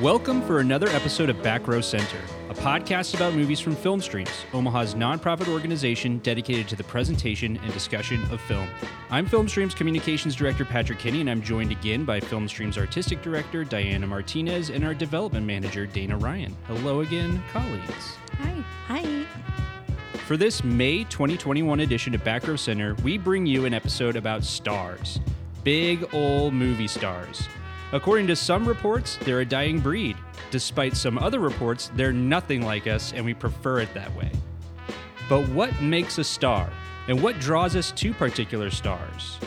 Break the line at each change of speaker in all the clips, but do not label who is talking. Welcome for another episode of Back Row Center, a podcast about movies from Film Streams, Omaha's nonprofit organization dedicated to the presentation and discussion of film. I'm Film Streams Communications Director Patrick Kinney, and I'm joined again by Film Streams Artistic Director Diana Martinez and our Development Manager Dana Ryan. Hello again, colleagues.
Hi. Hi.
For this May 2021 edition of Back Row Center, we bring you an episode about stars. Big ol' movie stars. According to some reports, they're a dying breed. Despite some other reports, they're nothing like us and we prefer it that way. But what makes a star? And what draws us to particular stars?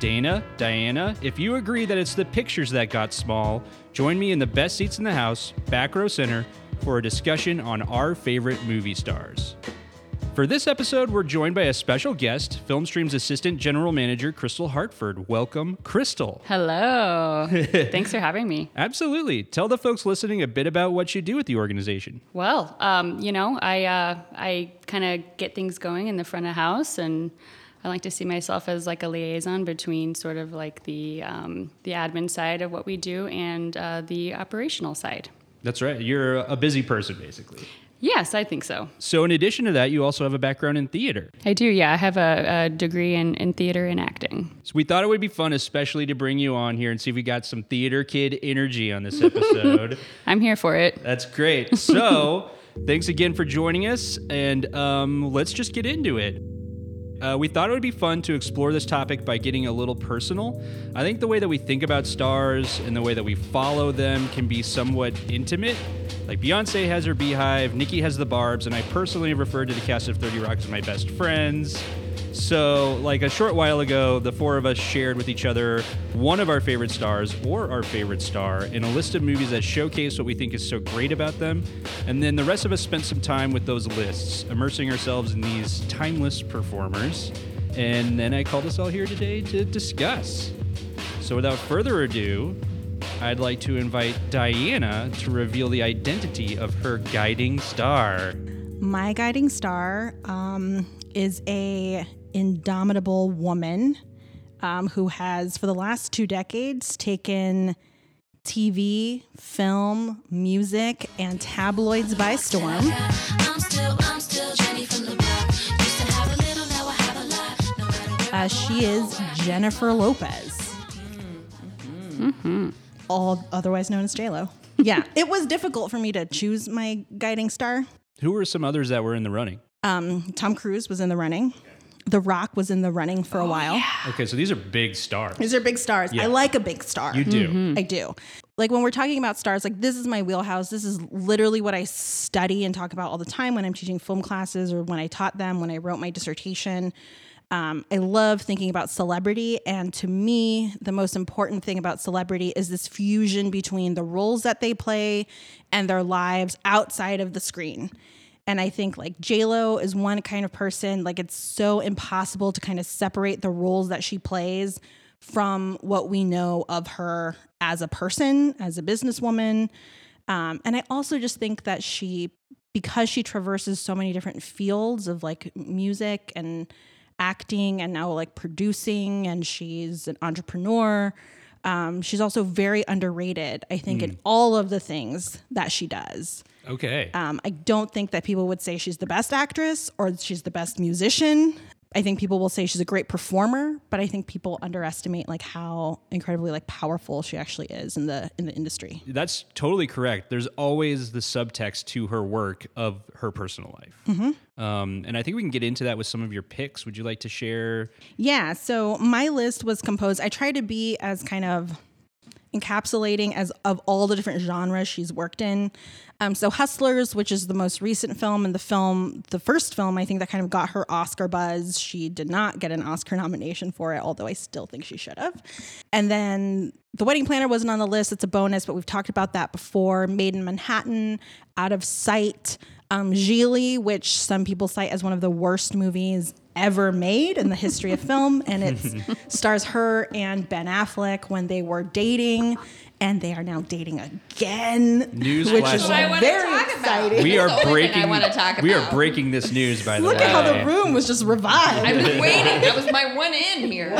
Dana, Diana, if you agree that it's the pictures that got small, join me in the best seats in the house, back row center, for a discussion on our favorite movie stars. For this episode, we're joined by a special guest, Filmstream's Assistant General Manager, Crystal Hartford. Welcome, Crystal.
Hello. Thanks for having me.
Absolutely. Tell the folks listening a bit about what you do with the organization.
Well, um, you know, I uh, I kind of get things going in the front of house, and I like to see myself as like a liaison between sort of like the um, the admin side of what we do and uh, the operational side.
That's right. You're a busy person, basically.
Yes, I think so.
So, in addition to that, you also have a background in theater.
I do. Yeah, I have a, a degree in, in theater and acting.
So, we thought it would be fun, especially to bring you on here and see if we got some theater kid energy on this episode.
I'm here for it.
That's great. So, thanks again for joining us, and um, let's just get into it. Uh, we thought it would be fun to explore this topic by getting a little personal. I think the way that we think about stars and the way that we follow them can be somewhat intimate. Like Beyonce has her beehive, Nikki has the barbs, and I personally refer to the cast of 30 Rock as my best friends. So, like a short while ago, the four of us shared with each other one of our favorite stars or our favorite star in a list of movies that showcase what we think is so great about them. And then the rest of us spent some time with those lists, immersing ourselves in these timeless performers. And then I called us all here today to discuss. So, without further ado, I'd like to invite Diana to reveal the identity of her guiding star.
My guiding star um, is a indomitable woman um, who has, for the last two decades, taken TV, film, music, and tabloids by storm.
I'm still, I'm still Jenny from the block. Used to have a little, now I have a lot. No matter where
Uh, she is Jennifer Lopez, all otherwise known as J Lo. Yeah, it was difficult for me to choose my guiding star.
Who were some others that were in the running?
Um, Tom Cruise was in the running. The Rock was in the running for a while.
Okay, so these are big stars.
These are big stars. I like a big star. Mm-hmm.
You do.
I do. Like when we're talking about stars, like this is my wheelhouse. This is literally what I study and talk about all the time when I'm teaching film classes or when I taught them, when I wrote my dissertation. Um, I love thinking about celebrity. And to me, the most important thing about celebrity is this fusion between the roles that they play and their lives outside of the screen. And I think like Lo is one kind of person, like it's so impossible to kind of separate the roles that she plays from what we know of her as a person, as a businesswoman. Um, and I also just think that she, because she traverses so many different fields of like music and acting and now like producing, and she's an entrepreneur. Um, she's also very underrated, I think, in all of the things that she does.
Okay.
Um, I don't think that people would say she's the best actress or she's the best musician. I think people will say she's a great performer, but I think people underestimate like how incredibly like powerful she actually is in the in the industry.
That's totally correct. There's always the subtext to her work of her personal life. Um, and I think we can get into that with some of your picks. Would you like to share?
Yeah, so my list was composed. I tried to be as kind of encapsulating as of all the different genres she's worked in. Um, so Hustlers, which is the most recent film and the film, the first film I think that kind of got her Oscar buzz. She did not get an Oscar nomination for it, although I still think she should have. And then The Wedding Planner wasn't on the list. It's a bonus, but we've talked about that before. Made in Manhattan, Out of Sight, um, Gigli, which some people cite as one of the worst movies ever made in the history of film, and it stars her and Ben Affleck when they were dating. and they are now dating again, which
Newsflash.
is
That's what I
wanna
very
talk about.
exciting.
We
That's
are
the only thing I
breaking.
wanna talk
We are
about.
breaking this news. By the
Look
way,
at how the room was just revived.
I've been waiting. That was my one in here.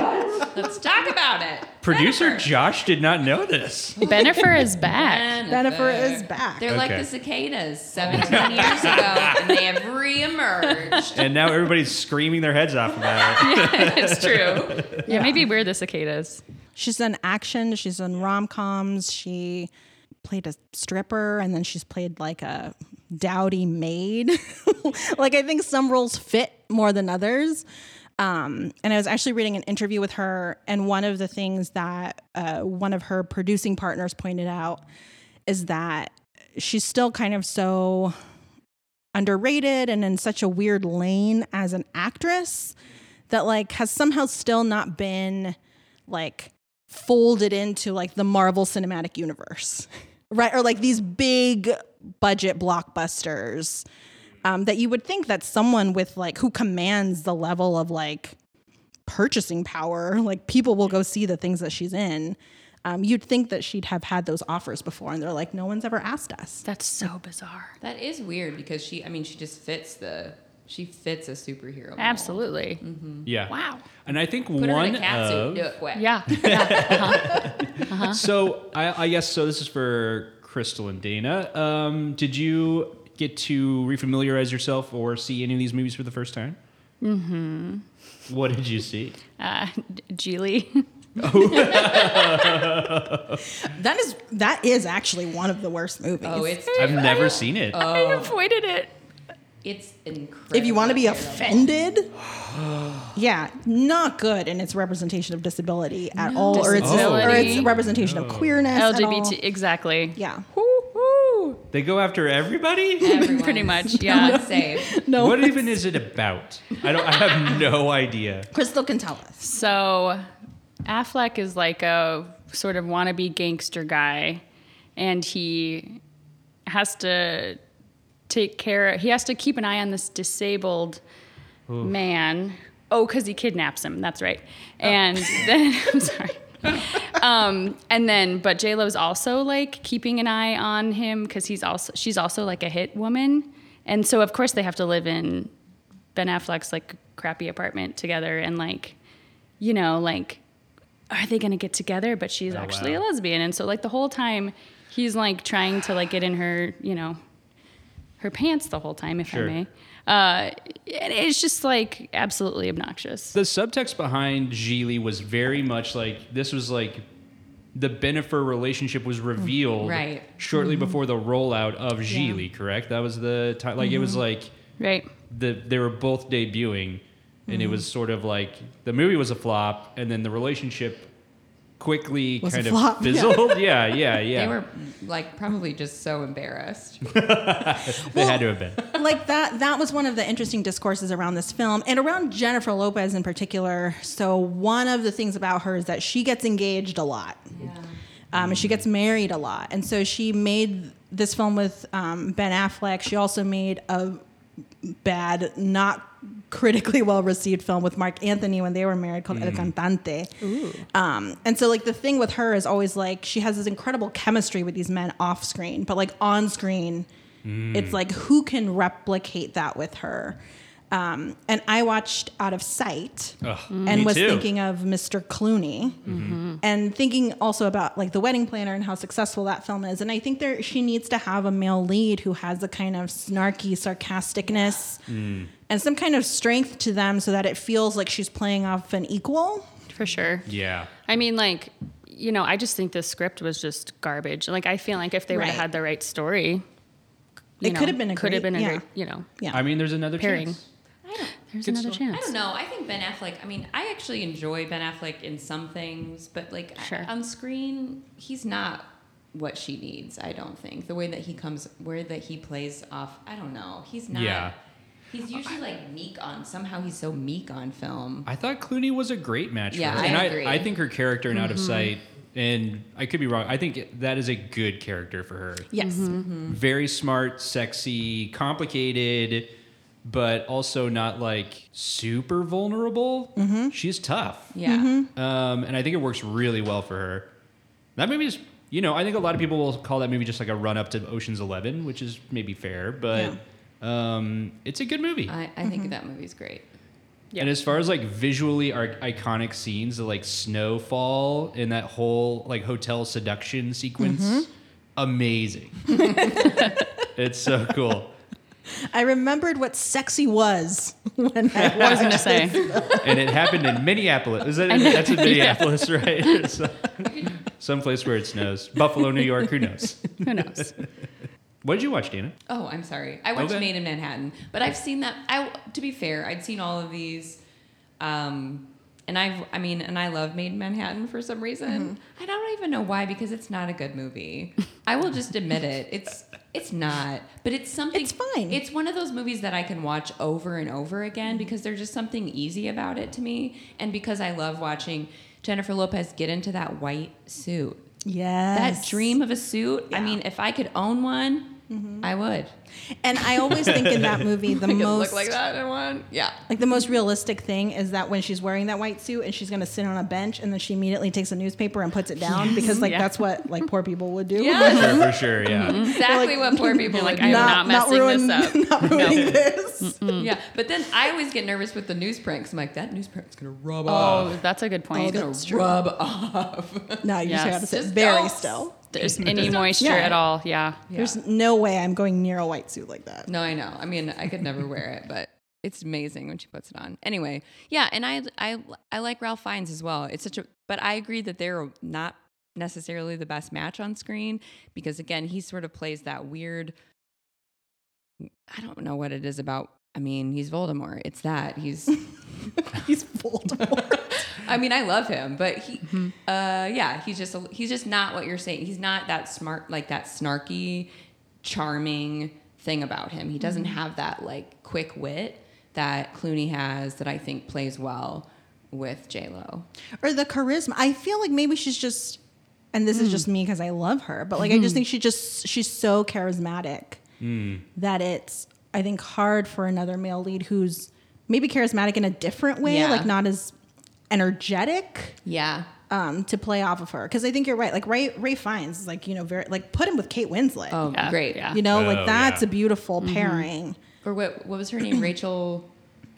Let's talk about it.
producer
Jennifer.
Josh did not know this.
Benifer is back.
Jennifer is back.
They're like
Okay.
the cicadas 17 years ago, and they have reemerged.
and now everybody's screaming their heads off about it.
It's true.
Yeah, maybe we're the cicadas.
She's done action. She's done rom coms. She played a stripper, and then she's played like a dowdy maid. like I think some roles fit more than others. Um, and I was actually reading an interview with her, and one of the things that uh, one of her producing partners pointed out is that she's still kind of so underrated and in such a weird lane as an actress that like has somehow still not been like folded into like the Marvel Cinematic Universe, right? Or like these big budget blockbusters um, that you would think that someone with like who commands the level of like purchasing power, like people will go see the things that she's in. Um, you'd think that she'd have had those offers before, and they're like, no one's ever asked us.
That's so bizarre.
That is weird because she, I mean, she just fits the, she fits a superhero. mold.
Absolutely.
Yeah.
Wow.
And I think
Put her
one
in a cat
of-
suit. Do it quick.
Yeah. yeah.
So I, I guess so. This is for Crystal and Dana. Um, did you get to refamiliarize yourself or see any of these movies for the first time? Mm-hmm. What did you see?
Uh, Geely.
That is that is actually one of the worst movies.
Oh, it's
I've never seen it.
I uh, avoided it.
it's incredible.
if you want to be offended, yeah, not good in its representation of disability at all, or its or
Disability.
its representation of queerness. at all.
LGBT. Exactly.
Yeah.
Woo-hoo.
They go after everybody.
Everyone.
Pretty much.
Yeah,
Yeah.
safe.
No.
What even is it about? I don't. I have no idea.
Crystal can tell us.
So Affleck is like a sort of wannabe gangster guy, and he has to take care. He has to keep an eye on this disabled man. Oh, because he kidnaps him. That's right. And then I'm sorry. um, and then, but J Lo's also like keeping an eye on him because he's also she's also like a hit woman, and so of course they have to live in Ben Affleck's like crappy apartment together, and like, you know, like, are they gonna get together? But she's actually
wow.
a lesbian, and so like the whole time he's like trying to like get in her, you know, her pants the whole time, if
Sure.
I may. Uh, it, it's just like absolutely obnoxious.
The subtext behind Geely was very much like this was like the Benefer relationship was revealed
Right.
shortly before the rollout of Geely, correct? That was the time. Like it was like
Right.
the they were both debuting, and it
Mm-hmm.
was sort of like the movie was a flop, and then the relationship quickly
Was a
kind of
flop, yeah.
fizzled. Yeah, yeah, yeah.
They were like probably just so embarrassed.
They had to have been.
like that that was one of the interesting discourses around this film and around Jennifer Lopez in particular. So one of the things about her is that she gets engaged a lot. Um, and she gets married a lot. And so she made this film with um, Ben Affleck. She also made a bad, not critically well received film with Mark Anthony when they were married called El Cantante. Um, and so, like, the thing with her is always like she has this incredible chemistry with these men off screen, but like on screen, it's like who can replicate that with her? Um, and I watched Out of Sight
Ugh, me
Mm-hmm.
and was
too.
thinking of Mr. Clooney and thinking also about like the wedding planner and how successful that film is. And I think there she needs to have a male lead who has a kind of snarky sarcasticness and some kind of strength to them so that it feels like she's playing off an equal.
For sure.
Yeah.
I mean, like, you know, I just think the script was just garbage. Like, I feel like if they would
Right.
have had the right story, you
It could have been a
could have
great-
been a
yeah.
great, you know,
Yeah.
I mean, there's another
Pairing.
chance.
there's
Good
another
story.
chance.
I don't know. I think Ben Affleck. I mean, I actually enjoy Ben Affleck in some things, but like I-
Sure.
on screen, he's not what she needs. I don't think the way that he comes, where that he plays off. I don't know. He's not.
Yeah.
He's usually like meek on. Somehow he's so meek on film.
I thought Clooney was a great match
Yeah,
for her.
I
and
agree.
I, I think her character in Out
Mm-hmm.
of Sight, and I could be wrong, I think that is a good character for her.
yes.
Mm-hmm.
Mm-hmm.
Very smart, sexy, complicated, but also not like super vulnerable.
Mm-hmm.
She's tough.
Yeah.
Mm-hmm. Um, and I think it works really well for her. That movie is you know, I think a lot of people will call that movie just like a run up to Ocean's Eleven, which is maybe fair, but um, it's a good movie.
I, I think that movie's great.
And as far as like visually ar- iconic scenes, the like snowfall and that whole like hotel seduction sequence, amazing. it's so cool.
I remembered what sexy was when I
I was gonna say.
And it happened in Minneapolis. Is that that's in Minneapolis, right? It's, uh, Someplace where it snows. Buffalo, New York, who knows?
Who knows?
What did you watch, Dana?
Oh, I'm sorry. I watched
Okay.
Made in Manhattan, but I've seen that. I to be fair, I'd seen all of these, um, and I've I mean, and I love Made in Manhattan for some reason.
Mm-hmm.
I don't even know why because it's not a good movie. I will just admit it. It's it's not, but it's something.
It's fine. Mm-hmm.
It's one of those movies that I can watch over and over again because there's just something easy about it to me, and because I love watching Jennifer Lopez get into that white suit.
Yes.
That dream of a suit. I mean, if I could own one,
Mm-hmm.
I would.
And I always think in that movie the
Make it
most
look like that in one. Yeah.
like the most realistic thing is that when she's wearing that white suit and she's going to sit on a bench and then she immediately takes a newspaper and puts it down because like
Yeah.
that's what like poor people would do.
Yeah.
Sure, for sure, yeah.
Mm-hmm. Exactly what poor people
You're
like.
like, I am
I
not messing
ruin-
this up.
Not ruining this.
yeah, but then I always get nervous with the news prank. 'cause I'm like, that news prank's gonna rub off.
Oh, that's a good
It's
point.
gonna rub off.
No, you just
Yes.
got to sit
Just
very
don't.
still.
There's any moisture
Yeah.
at all. Yeah.
There's no way I'm going near a white suit like that.
No, I know. I mean, I could never wear it, but it's amazing when she puts it on. Anyway, yeah, and I I I like Ralph Fiennes as well. It's such a but I agree that they're not necessarily the best match on screen because again, he sort of plays that weird I don't know what it is about. I mean, he's Voldemort. It's that. He's
He's Voldemort.
I mean, I love him, but he,
Mm-hmm.
uh, yeah, he's just a- he's just not what you're saying. He's not that smart, like that snarky, charming thing about him. He doesn't
Mm-hmm.
have that like quick wit that Clooney has that I think plays well with J Lo.
or the charisma. I feel like maybe she's just, and this is
Mm.
just me because I love her, but like I
Mm-hmm.
just think she just she's so charismatic
Mm.
that it's I think hard for another male lead who's maybe charismatic in a different way,
Yeah.
like not as energetic
Yeah,
um, to play off of her. Because I think you're right. Like Ray Ray Fiennes is like you know very like put him with Kate Winslet.
oh,
Yeah.
great.
Yeah.
You know,
Oh,
like that's
yeah.
a beautiful
Mm-hmm.
pairing.
Or what? What was her name? Rachel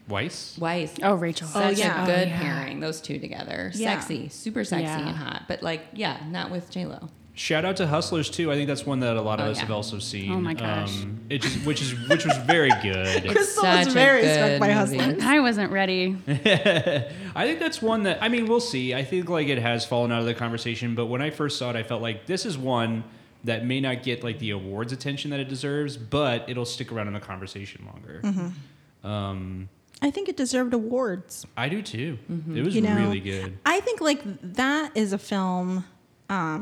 Weiss?
Weiss.
Oh, Rachel.
Such
yeah.
a good
Oh, yeah.
pairing. Those two together,
Yeah.
sexy, super sexy
Yeah.
and hot. But like, yeah, not with J Lo.
Shout out to Hustlers too. I think that's one that a lot of
Oh,
us
yeah.
have also seen.
Oh, my gosh.
Um, it just, which is which was very good.
Crystal was
Such a
very
good
struck by
movie.
Hustlers.
I wasn't ready.
Mm. I think that's one that I mean we'll see. I think like it has fallen out of the conversation, but when I first saw it, I felt like this is one that may not get like the awards attention that it deserves, but it'll stick around in the conversation longer.
Mm-hmm.
Um,
I think it deserved awards.
I do too.
Mm-hmm.
It was
you know
really good.
i think like that is a film um,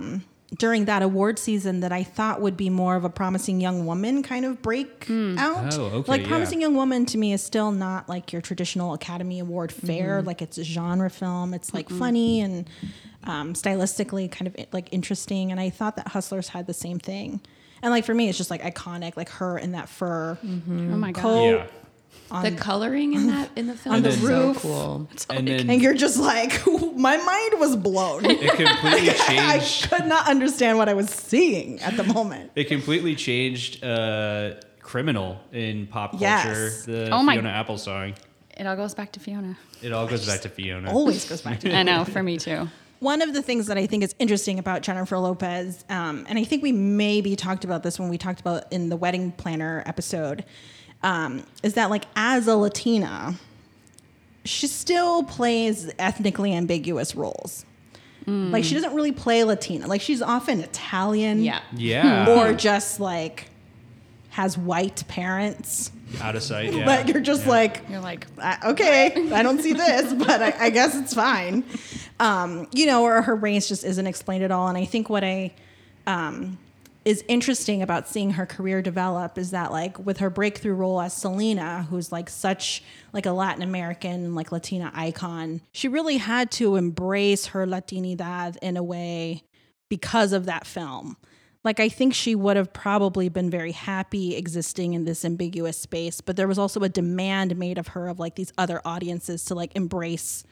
during that award season that i thought would be more of a promising young woman kind of break out
Oh, okay,
like
yeah.
promising young woman to me is still not like your traditional academy award fair like it's a genre film it's like funny and um, stylistically kind of like interesting and i thought that hustlers had the same thing and like for me it's just like iconic like her in that fur
Oh my god.
Cold.
Yeah,
The coloring in that in the film
On the
is
roof.
so cool.
and
and
then
you're just like my mind was blown
it completely
I
changed.
could not understand what I was seeing at the moment.
It completely changed uh, criminal in pop culture.
Yes.
The
Oh my-
Fiona Apple song.
It all goes back to Fiona.
It all goes back to Fiona.
Always goes back to
I know, for me too.
one of the things that I think is interesting about Jennifer Lopez, um, and I think we maybe talked about this when we talked about in the wedding planner episode, um, is that like as a Latina, she still plays ethnically ambiguous roles. Like she doesn't really play Latina. Like she's often Italian,
Yeah.
Yeah.
or just like has white parents.
out of sight. Yeah.
But you're just
Yeah.
like,
You're like,
I, okay, I don't see this, but I, I guess it's fine. Um, you know, or her race just isn't explained at all. And I think what I um, is interesting about seeing her career develop is that, like, with her breakthrough role as Selena, who's like such like a Latin American, like Latina icon, she really had to embrace her Latinidad in a way because of that film. Like I think she would have probably been very happy existing in this ambiguous space, but there was also a demand made of her of like these other audiences to like embrace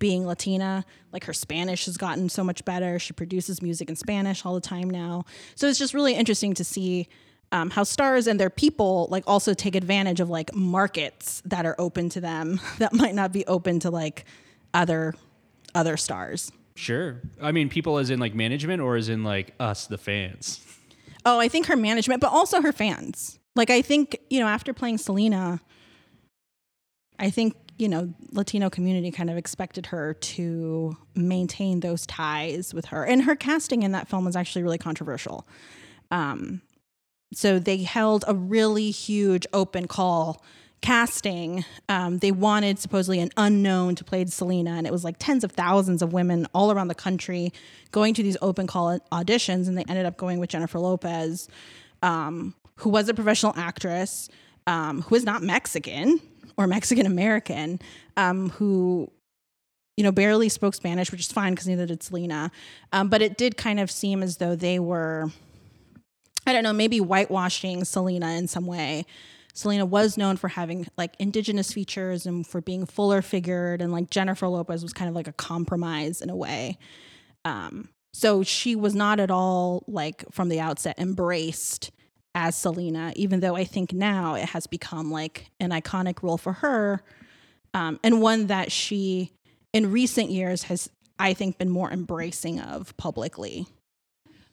being Latina. Like her Spanish has gotten so much better. She produces music in Spanish all the time now. So it's just really interesting to see um, how stars and their people like also take advantage of like markets that are open to them that might not be open to like other other stars.
Sure. I mean, people as in like management or as in like us, the fans.
Oh, I think her management, but also her fans. Like I think, you know, after playing Selena, I think, you know, Latino community kind of expected her to maintain those ties with her. And her casting in that film was actually really controversial. Um so they held a really huge open call casting. Um, they wanted supposedly an unknown to play Selena, and it was like tens of thousands of women all around the country going to these open call auditions, and they ended up going with Jennifer Lopez, um, who was a professional actress, um, who is not Mexican or Mexican American, um, who you know, barely spoke Spanish, which is fine because neither did Selena. Um, but it did kind of seem as though they were, I don't know, maybe whitewashing Selena in some way. Selena was known for having like indigenous features and for being fuller figured, and like Jennifer Lopez was kind of like a compromise in a way. Um, so she was not at all like from the outset embraced as Selena, even though I think now it has become like an iconic role for her um, and one that she in recent years has i think been more embracing of publicly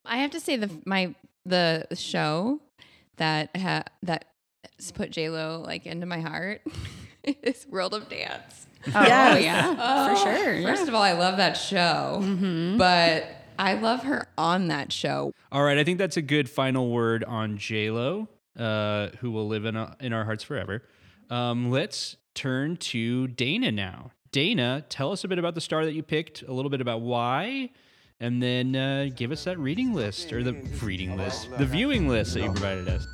I have to say the my the show that ha, that s- put J Lo like into my heart is World of Dance.
Oh,
Yes. Oh.
yeah. for sure. yeah.
First of all, I love that show,
Mm-hmm.
but I love her on that show.
All right. I think that's a good final word on JLo, uh, who will live in, in our hearts forever. Um, let's turn to Dana now. Dana, tell us a bit about the star that you picked, a little bit about why, and then uh, give us that reading list or the reading list, the viewing list that you provided us.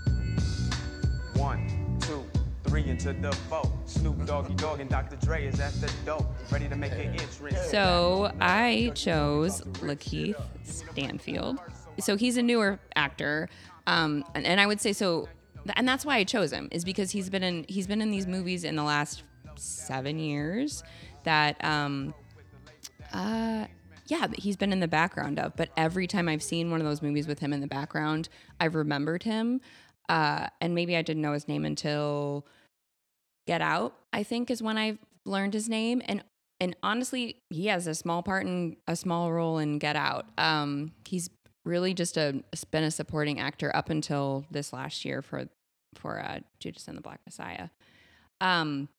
One, two, three into the boat. Snoop Doggy Dogg and Dr. Dre is at the dope, ready to make an entrance.
So I chose Lakeith Stanfield. So he's a newer actor, um, and, and I would say so, and that's why I chose him is because he's been in he's been in these movies in the last seven years that um, uh, yeah, that he's been in the background of. But every time I've seen one of those movies with him in the background, I've remembered him, uh, and maybe I didn't know his name until Get Out, I think, is when I learned his name. And and honestly, he has a small part in a small role in Get Out. Um, he's really just a been a supporting actor up until this last year for for uh, Judas and the Black Messiah. Um,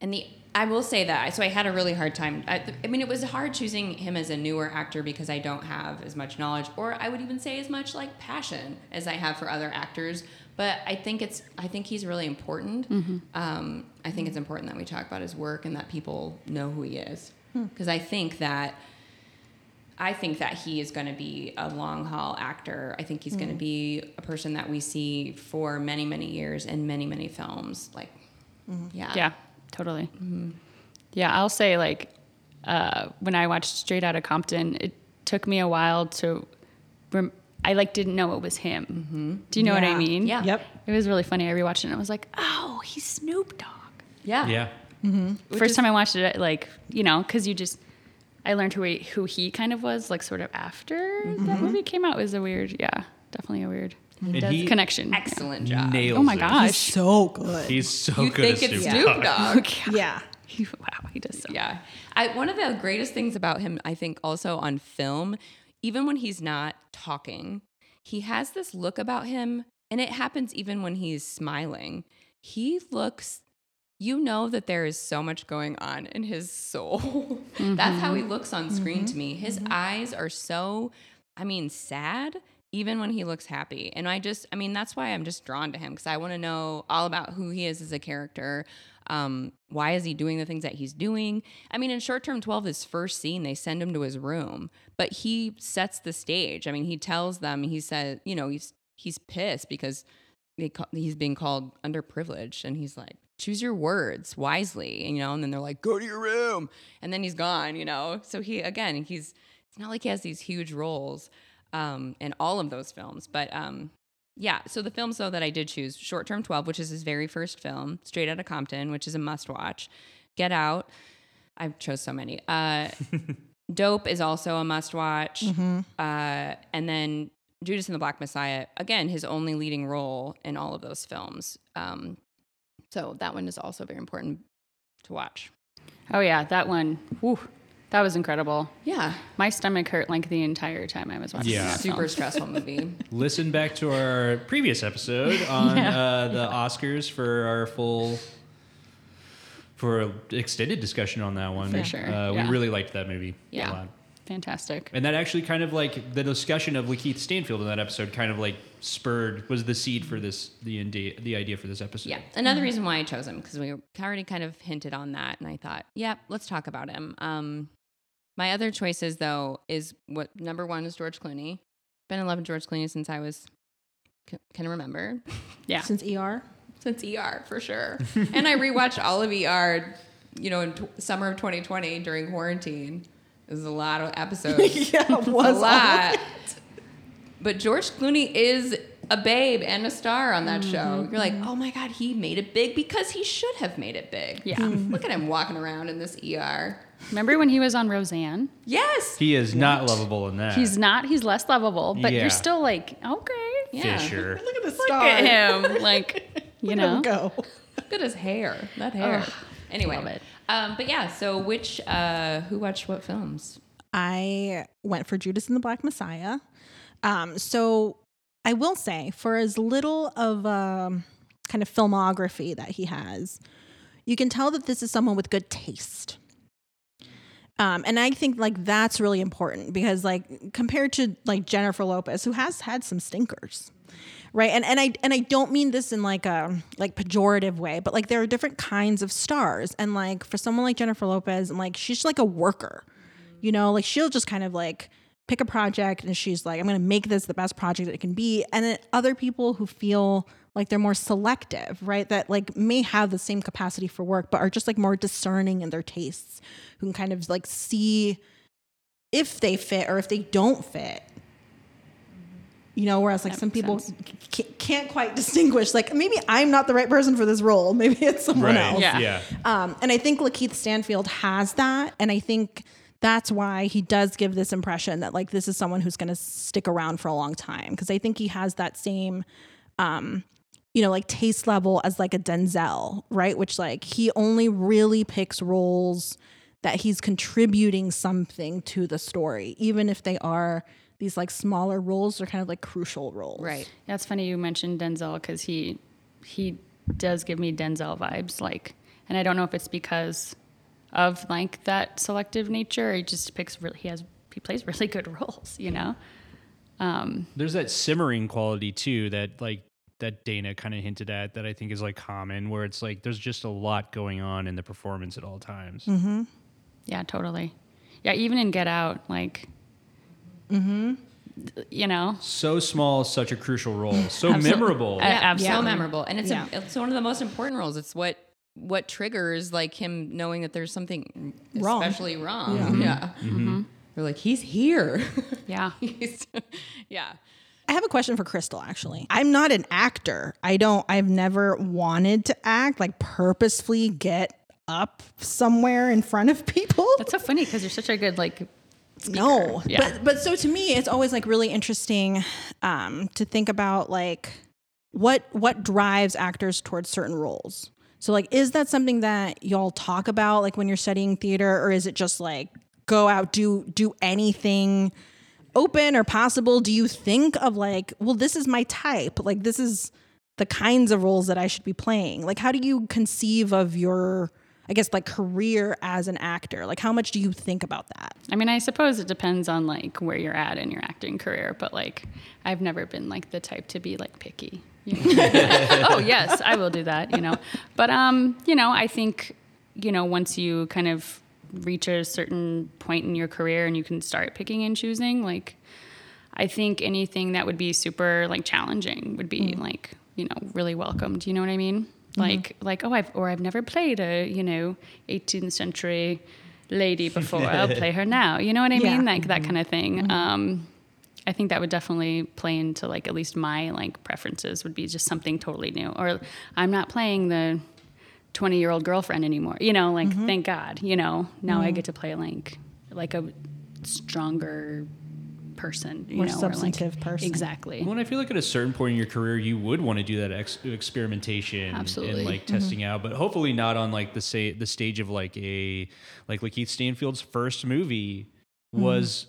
and the I will say that I- so I had a really hard time. I, I mean, it was hard choosing him as a newer actor because I don't have as much knowledge, or I would even say as much like passion as I have for other actors. But I think it's I think he's really important. Um, I think it's important that we talk about his work and that people know who he is because I think that I think that he is going to be a long haul actor. I think he's going to be a person that we see for many many years in many many films. Like, yeah,
Yeah, totally. Yeah, I'll say like uh, when I watched Straight Outta Compton, it took me a while to. Rem- I like didn't know it was him. Do you know what I
Yeah.
mean?
Yeah.
Yep.
It was really funny. I rewatched it and I was like, oh, he's Snoop Dogg.
yeah,
Yeah.
First time I watched it, like you know, because you just. I learned who he, who he kind of was, like sort of after that movie came out. It was a weird, yeah, definitely a weird
And
does-
he
connection. Yeah.
Excellent job.
Nails
Oh my
it.
gosh.
so good
He's so
You
good
think
at
it's
Snoop
Snoop
Dogg.
Dogg?
yeah
wow, he does so.
yeah. I, one of the greatest things about him, I think, also on film, even when he's not talking, he has this look about him, and it happens even when he's smiling. He looks. You know that there is so much going on in his soul. That's how he looks on screen to me. His eyes are so, I mean, sad even when he looks happy. And I just, I mean, that's why I'm just drawn to him because I want to know all about who he is as a character. Um, why is he doing the things that he's doing? I mean, in Short Term 12, his first scene, they send him to his room, but he sets the stage. I mean, he tells them, he says, you know, he's, he's pissed because they call, he's being called underprivileged and he's like choose your words wisely and you know and then they're like go to your room and then he's gone you know so he again he's it's not like he has these huge roles um, in all of those films but um, yeah so the films though that i did choose short term 12 which is his very first film straight out of compton which is a must watch get out I chose so many. Uh, Dope is also a must watch. Uh, and then Judas and the Black Messiah, again, his only leading role in all of those films. Um, so that one is also very important to watch.
Oh yeah, that one. Whew, that was incredible.
Yeah.
My stomach hurt like the entire time I was watching.
Yeah.
that film.
Super stressful movie.
Listen back to our previous episode on uh, the Oscars for our full, for a extended discussion on that one.
For sure,
Uh,
yeah.
We really liked that movie a
Yeah.
lot.
fantastic.
And that actually kind of like the discussion of Lakeith Stanfield in that episode kind of like spurred, was the seed for this, the, indi- the idea for this episode.
Yeah. Another reason why I chose him because we already kind of hinted on that, and I thought, yeah, let's talk about him. Um, my other choices though is what number one is George Clooney. Been in love with George Clooney since I was c- can remember
Yeah.
Since ER.
since ER for sure. and I rewatched all of ER, you know, in t- summer of 2020 during quarantine. It was a lot of episodes.
Yeah, it
a
was
lot. But George Clooney is a babe and a star on that
Mm-hmm.
show. You're like, oh my God, he made it big because he should have made it big. Hmm.
Yeah.
Mm-hmm.
Look at him walking around in this ER.
Remember when he was on Roseanne?
Yes.
He is not lovable in that.
He's not. He's less lovable, but
Yeah.
you're still like, okay,
Yeah.
Fisher.
Look at the
look
star.
at him, like, you know.
go.
Look at his hair. That hair.
Ugh.
anyway.
Love it.
Um, but yeah, so which, uh, who watched what films?
I went for Judas and the Black Messiah. Um, so I will say, for as little of um, kind of filmography that he has, you can tell that this is someone with good taste. Um, and I think like that's really important because like compared to like Jennifer Lopez, who has had some stinkers, right? And and I and I don't mean this in like a like pejorative way, but like there are different kinds of stars, and like for someone like Jennifer Lopez, and like she's like a worker, you know, like she'll just kind of like pick a project and she's like, I'm gonna make this the best project it can be. And then other people who feel like they're more selective, right? That like may have the same capacity for work, but are just like more discerning in their tastes, who can kind of like see if they fit or if they don't fit. You know, whereas like
That
some
makes
people
sense.
c- can't quite distinguish, like maybe I'm not the right person for this role. Maybe it's someone else.
Yeah.
yeah.
Um, and I think Lakeith Stanfield has that. And I think that's why he does give this impression that like this is someone who's going to stick around for a long time. Because I think he has that same, um, you know, like taste level as like a Denzel, right? Which like he only really picks roles that he's contributing something to the story, even if they are these like smaller roles or kind of like crucial roles.
That's funny you mentioned Denzel because he he does give me Denzel vibes, like, and I don't know if it's because of like that selective nature. He just picks really he has he plays really good roles, you know.
There's that simmering quality too that like that Dana kind of hinted at that I think is like common where it's like there's just a lot going on in the performance at all times.
Yeah, totally. Yeah, even in Get Out, like, mm-hmm. you know,
So small, such a crucial role, so memorable.
I-
so
absolutely.
memorable, and it's
Yeah.
a, it's one of the most important roles. It's what what triggers like him knowing that there's something
Wrong. Mm-hmm.
especially wrong. Yeah,
Mm-hmm.
they're like he's here.
yeah.
he's, yeah,
I have a question for Crystal actually. I'm not an actor. I don't I've never wanted to act like purposefully get up somewhere in front of people.
That's so funny because you're such a good like.
no.
Yeah.
But but so to me it's always like really interesting um to think about like what what drives actors towards certain roles. So like is that something that y'all talk about like when you're studying theater or is it just like go out do do anything open or possible do you think of like well this is my type like this is the kinds of roles that i should be playing like how do you conceive of your i guess like career as an actor like how much do you think about that
I mean, I suppose it depends on like where you're at in your acting career, but like, I've never been like the type to be like picky. you know? oh yes, I will do that. You know, but um, you know, I think you know once you kind of reach a certain point in your career and you can start picking and choosing, like I think anything that would be super like challenging would be like you know really welcomed. You know what I mean? Like like oh I've or I've never played a you know 18th century lady before. I'll play her now. You know what I
Yeah.
mean? Like that kind of thing. Um, I think that would definitely play into like at least my like preferences would be just something totally new. Or I'm not playing the 20 year old girlfriend anymore. You know, like
Mm-hmm.
thank God, you know, now I get to play like like a stronger person, you
More
know, or, like-
substantive person.
Exactly.
Well, and I feel like at a certain point in your career, you would want to do that ex- experimentation
Absolutely.
and like
Mm-hmm.
testing out, but hopefully not on like the say the stage of like a like Lakeith Stanfield's first movie
Mm-hmm.
was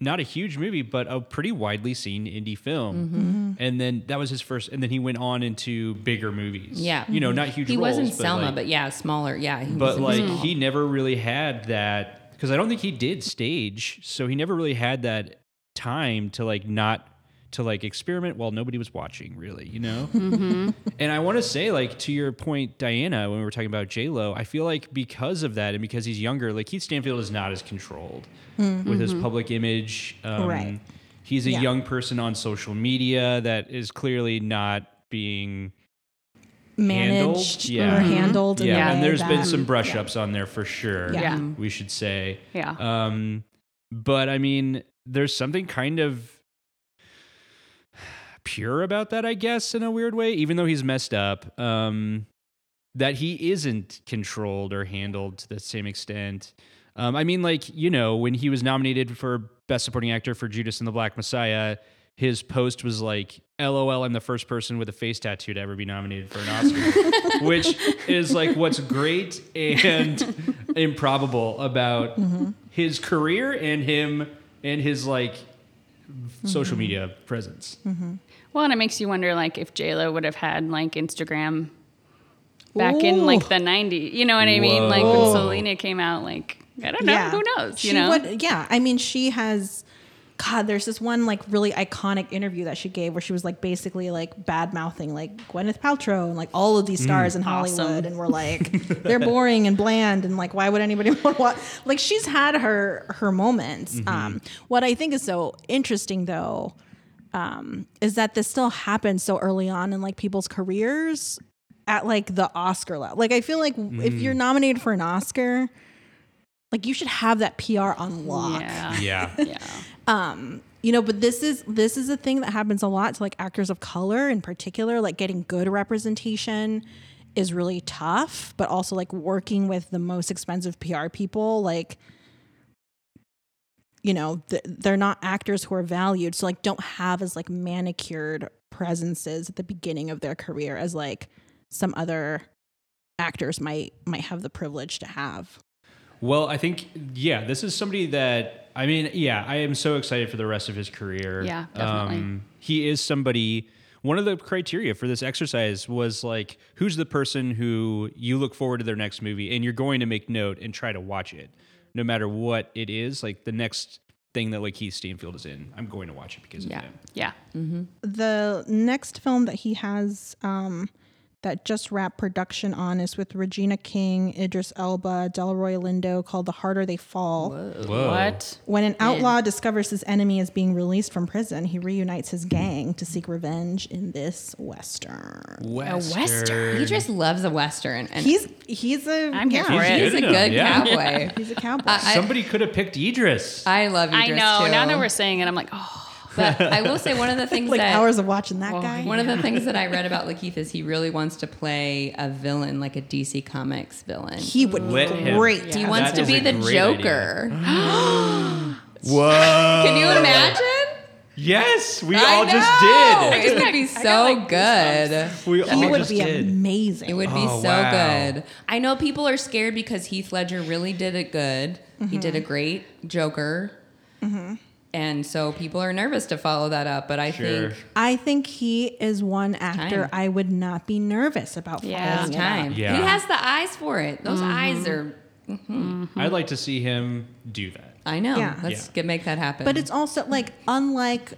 not a huge movie, but a pretty widely seen indie film,
Mm-hmm.
and then that was his first, and then he went on into bigger movies.
Yeah. Mm-hmm.
you know, not huge.
He
roles,
wasn't Selma,
like-
but yeah, smaller. Yeah, he
but
wasn't
like
small.
he never really had that because I don't think he did stage, so he never really had that time to like not to like experiment while nobody was watching, really, you know. and I want to say like to your point, Diana, when we were talking about J Lo, I feel like because of that and because he's younger, like Keith Stanfield is not as controlled with his public image, um,
Mm-hmm. Right.
He's a
Yeah.
young person on social media that is clearly not being
managed
yeah. Mm-hmm.
or handled. in
yeah,
a
Yeah.
way
and there's been
that-
some brush ups on there for sure.
Yeah.
Yeah.
we should say.
Yeah.
Um, but I mean, there's something kind of pure about that, I guess, in a weird way. Even though he's messed up, um, that he isn't controlled or handled to the same extent. Um, I mean, like you know, when he was nominated for Best Supporting Actor for Judas and the Black Messiah. His post was like, "LOL, I'm the first person with a face tattoo to ever be nominated for an Oscar." which is like what's great and improbable about his career and him and his like social media presence.
Well, and it makes you wonder, like, if JLo would have had like Instagram back in like the '90s. You know what I mean? Like when
Whoa.
Selena came out, like I don't know, who knows? You
She
know?
would- yeah. I mean, she has. God, there's this one like really iconic interview that she gave where she was like basically like bad mouthing like Gwyneth Paltrow and like all of these
Mm.
stars in Hollywood,
Awesome.
and we're like they're boring and bland and like why would anybody want to watch? Like she's had her her moments.
Mm-hmm.
Um, what I think is so interesting though um, is that this still happens so early on in like people's careers at like the Oscar level. Like I feel like if you're nominated for an Oscar, like you should have that PR on lock.
yeah.
Yeah.
Yeah.
You know, but this is this is a thing that happens a lot to like actors of color in particular, like getting good representation is really tough, but also like working with the most expensive PR people like you know, th- they're not actors who are valued, so like don't have as like manicured presences at the beginning of their career as like some other actors might might have the privilege to have.
Well, I think yeah, this is somebody that I mean, yeah, I am so excited for the rest of his career. Um,
Yeah, definitely.
he is somebody one of the criteria for this exercise was like who's the person who you look forward to their next movie and you're going to make note and try to watch it no matter what it is like the next thing that like Keith Stanfield is in I'm going to watch it because
Yeah.
of him
Yeah.
the next film that he has um, that just wrapped production on is with Regina King, Idris Elba, Delroy Lindo, called "The Harder They Fall."
Whoa.
What?
When an outlaw discovers his enemy is being released from prison, he reunites his gang to seek revenge in this western.
a western. He just loves a western, and
He's he's a
I'm here for
He's
it.
he's
good
a
enough,
good
yeah.
cowboy.
He's a cowboy.
Uh,
somebody could have picked Idris
I love
I
Idris
know.
Too.
Now that we're saying it, I'm like, oh,
but I will say one of the things
like
that
hours of watching that guy.
One of the things that I read about Lakeith is he really wants to play a villain, like a DC Comics villain. He,
he would
Let
be
him.
great.
Yeah.
wants
That
to
is
be
a
the
great idea.
Joker.
whoa
Can you imagine?
yes we
I
Oh. all
know!
just did
It would be
got,
so
like,
good.
we
He
all
would
just
be
did
amazing.
It would be
Oh,
so
wow.
good. I know people are scared because Heath Ledger really did it good. He did a great Joker. And so people are nervous to follow that up, but I
Sure.
think
I think he is one actor
time.
I would not be nervous about.
Yeah.
following
it's
it up.
time.
Yeah.
He has the eyes for it. Those eyes are
I'd like to see him do that
I know.
Yeah.
Let's
Yeah.
Get, make that happen.
But it's also like unlike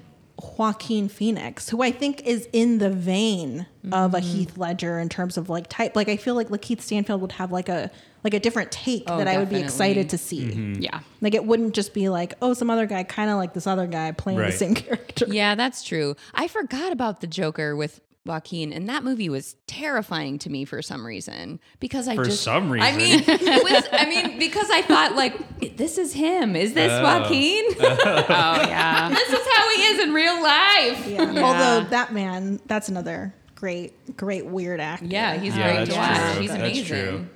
Joaquin Phoenix, who I think is in the vein of
Mm-hmm.
a Heath Ledger in terms of like type. Like I feel like Lakeith Stanfield would have like a like a different take
Oh,
that I would be excited
definitely. Mm-hmm.
to see.
yeah.
Like it wouldn't just be like, oh, some other guy kind of like this other guy playing
Right.
the same character.
Yeah, that's true. I forgot about the Joker with Joaquin, and that movie was terrifying to me for some reason because I
For
just
some
I
reason.
mean, it was. I mean, because I thought like, this is him. Is this Joaquin?
Oh, yeah.
this is how he is in real life.
Although that man, that's another great, great weird actor.
Yeah, he's
Yeah,
great
that's
to watch.
true.
He's
That's
amazing.
true.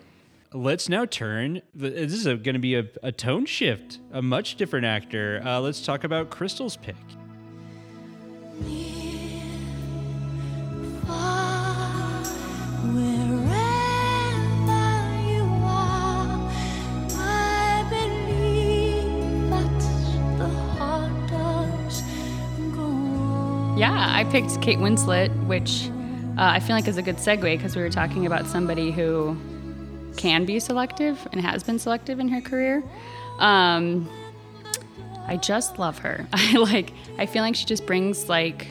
Let's now turn. th- This is going to be a, a tone shift, a much different actor. Uh, let's talk about Crystal's pick.
Oh,
Yeah, I picked Kate Winslet, which uh, I feel like is a good segue because we were talking about somebody who can be selective and has been selective in her career. Um, I just love her. I like. I feel like she just brings like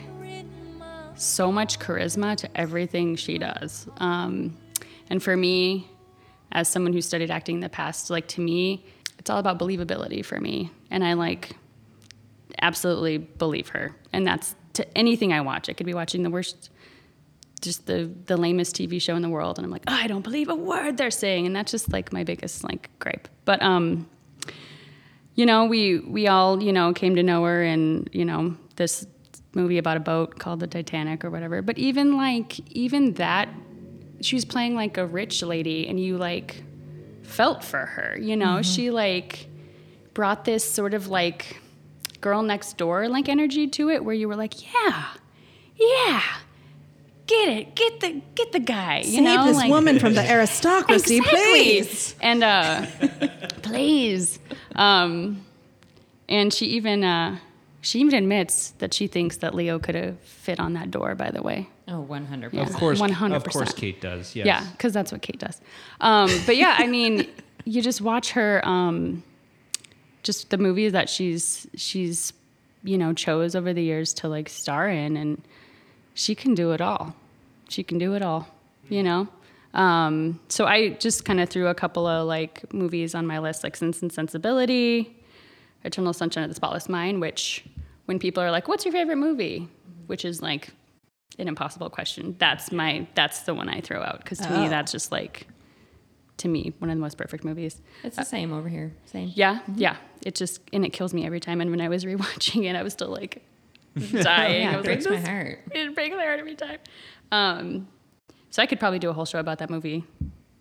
so much charisma to everything she does. Um, and for me, as someone who studied acting in the past, like to me, it's all about believability for me. And I like absolutely believe her. And that's to anything I watch. I could be watching the worst, just the, the lamest TV show in the world. And I'm like, oh, I don't believe a word they're saying. And that's just like my biggest like gripe. But, um, you know, we, we all, you know, came to know her in, you know, this movie about a boat called the Titanic or whatever. But even like, even that, she was playing like a rich lady and you like felt for her, you know,
Mm-hmm.
she like brought this sort of like, girl next door like energy to it where you were like yeah yeah get it get the get the guy you
Save
know
this
like,
woman from the aristocracy,
exactly.
please.
and uh please um and she even uh she even admits that she thinks that leo could have fit on that door by the way
Oh, 100%.
Yeah.
Of course, of
100%.
course, Kate does. Yes.
yeah, because that's what Kate does. Um, but yeah, I mean, you just watch her, um, just the movies that she's she's you know chose over the years to like star in, and she can do it all. She can do it all, you know. Um, so I just kind of threw a couple of like movies on my list, like Sense and Sensibility, Eternal Sunshine of the Spotless Mind, which when people are like, "What's your favorite movie?" which is like an impossible question. That's my that's the one I throw out because to
Oh.
me that's just like to me one of the most perfect movies.
It's the same over here. Same.
Yeah, yeah. It just and it kills me every time. And when I was rewatching it, I was still like dying. I
Yeah, it
was
breaks
like,
my
"This
heart.
it breaks my heart every time. Um, so I could probably do a whole show about that movie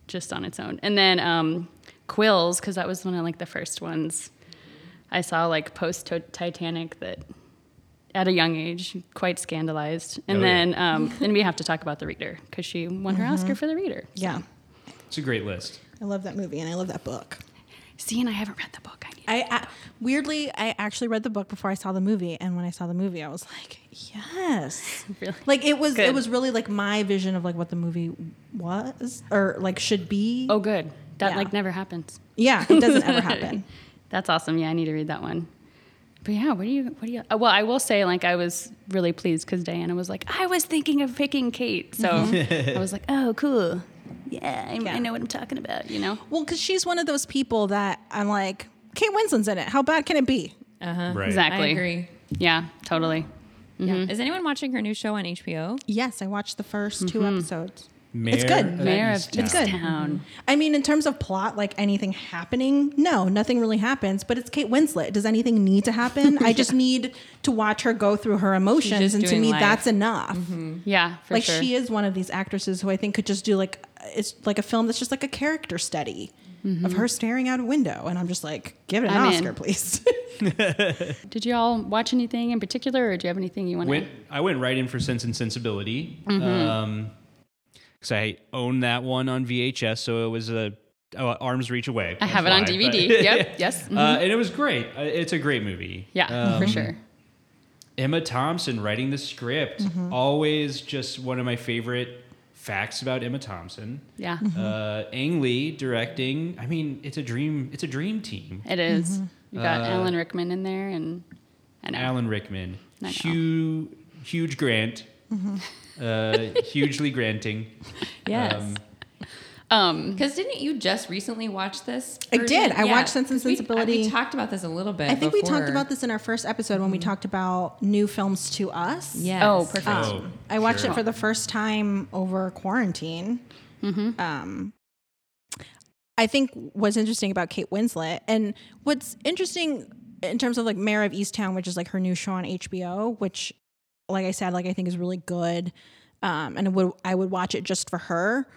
just on its own. And then um, Quills, because that was one of like the first ones I saw like post Titanic that at a young age quite scandalized. And
Oh, yeah.
then um, and we have to talk about The Reader because she won her Oscar for The Reader.
Yeah,
it's a great list.
I love that movie and I love that book.
See, and I haven't read the book. I need
I, I weirdly, I actually read the book before I saw the movie, and when I saw the movie, I was like, yes,
Really?
like it was, it
Good.
was really like my vision of like what the movie was or like should be.
Oh, good. That
Yeah.
like never happens.
yeah, it doesn't ever happen.
That's awesome. Yeah, I need to read that one. But yeah, what do you? What do you? uh, Well, I will say, like, I was really pleased because Diana was like, I was thinking of picking Kate, so I was like, oh, cool. Yeah, I, I know what I'm talking about. You know.
Well, because she's one of those people that I'm like, Kate Winslet's in it. How bad can it be?
Right.
Exactly.
I agree.
Yeah, totally.
Mm-hmm.
Yeah. Is anyone watching her new show on HBO?
Yes, I watched the 1st two
Mm-hmm.
episodes.
Mayor
It's good.
of
Mayor of
Easttown.
It's
good.
Town.
Mm-hmm. I mean, in terms of plot, like anything happening, no, nothing really happens. But it's Kate Winslet. Does anything need to happen? I just need to watch her go through her emotions,
just
and to
doing
me,
life.
that's enough.
Yeah, for
Like
sure.
she is one of these actresses who I think could just do like it's like a film that's just like a character study of her staring out a window, and I'm just like, give it an
I'm in.
Oscar, please.
Did you all watch anything in particular, or do you have anything you want to?
Went. I went right in for Sense and Sensibility.
Mm-hmm.
Um, because I own that one on VHS, so it was a oh, arms reach away.
I have it on
That's why,
DVD.
but-
yep. Yes. Mhm.
Uh, and it was great. Uh, It's a great movie.
yeah, for
Um,
sure.
Emma Thompson writing the script. Always just one of my favorite facts about Emma Thompson.
Yeah,
Uh, Ang Lee directing. I mean, it's a dream. It's a dream team.
it is. You got
Uh,
Alan Rickman in there, and I know.
Alan Rickman,
I know.
huge, huge grant, uh, hugely granting. Um,
Yes.
Um,
Because didn't you just recently watch this?
Mm-hmm. I did. I watched Sense and
'cause we- uh, We,
Sensibility.
talked about this a little bit.
I think we talked
before.
about this in our first episode when we talked about new films to us.
Yes.
oh, perfect.
Oh,
I watched
sure.
it for the first time over quarantine. Um, I think what's interesting about Kate Winslet and what's interesting in terms of like Mayor of Easttown, which is like her new show on HBO, which, like I said, like I think is really good. um, and I would I would watch it just for her.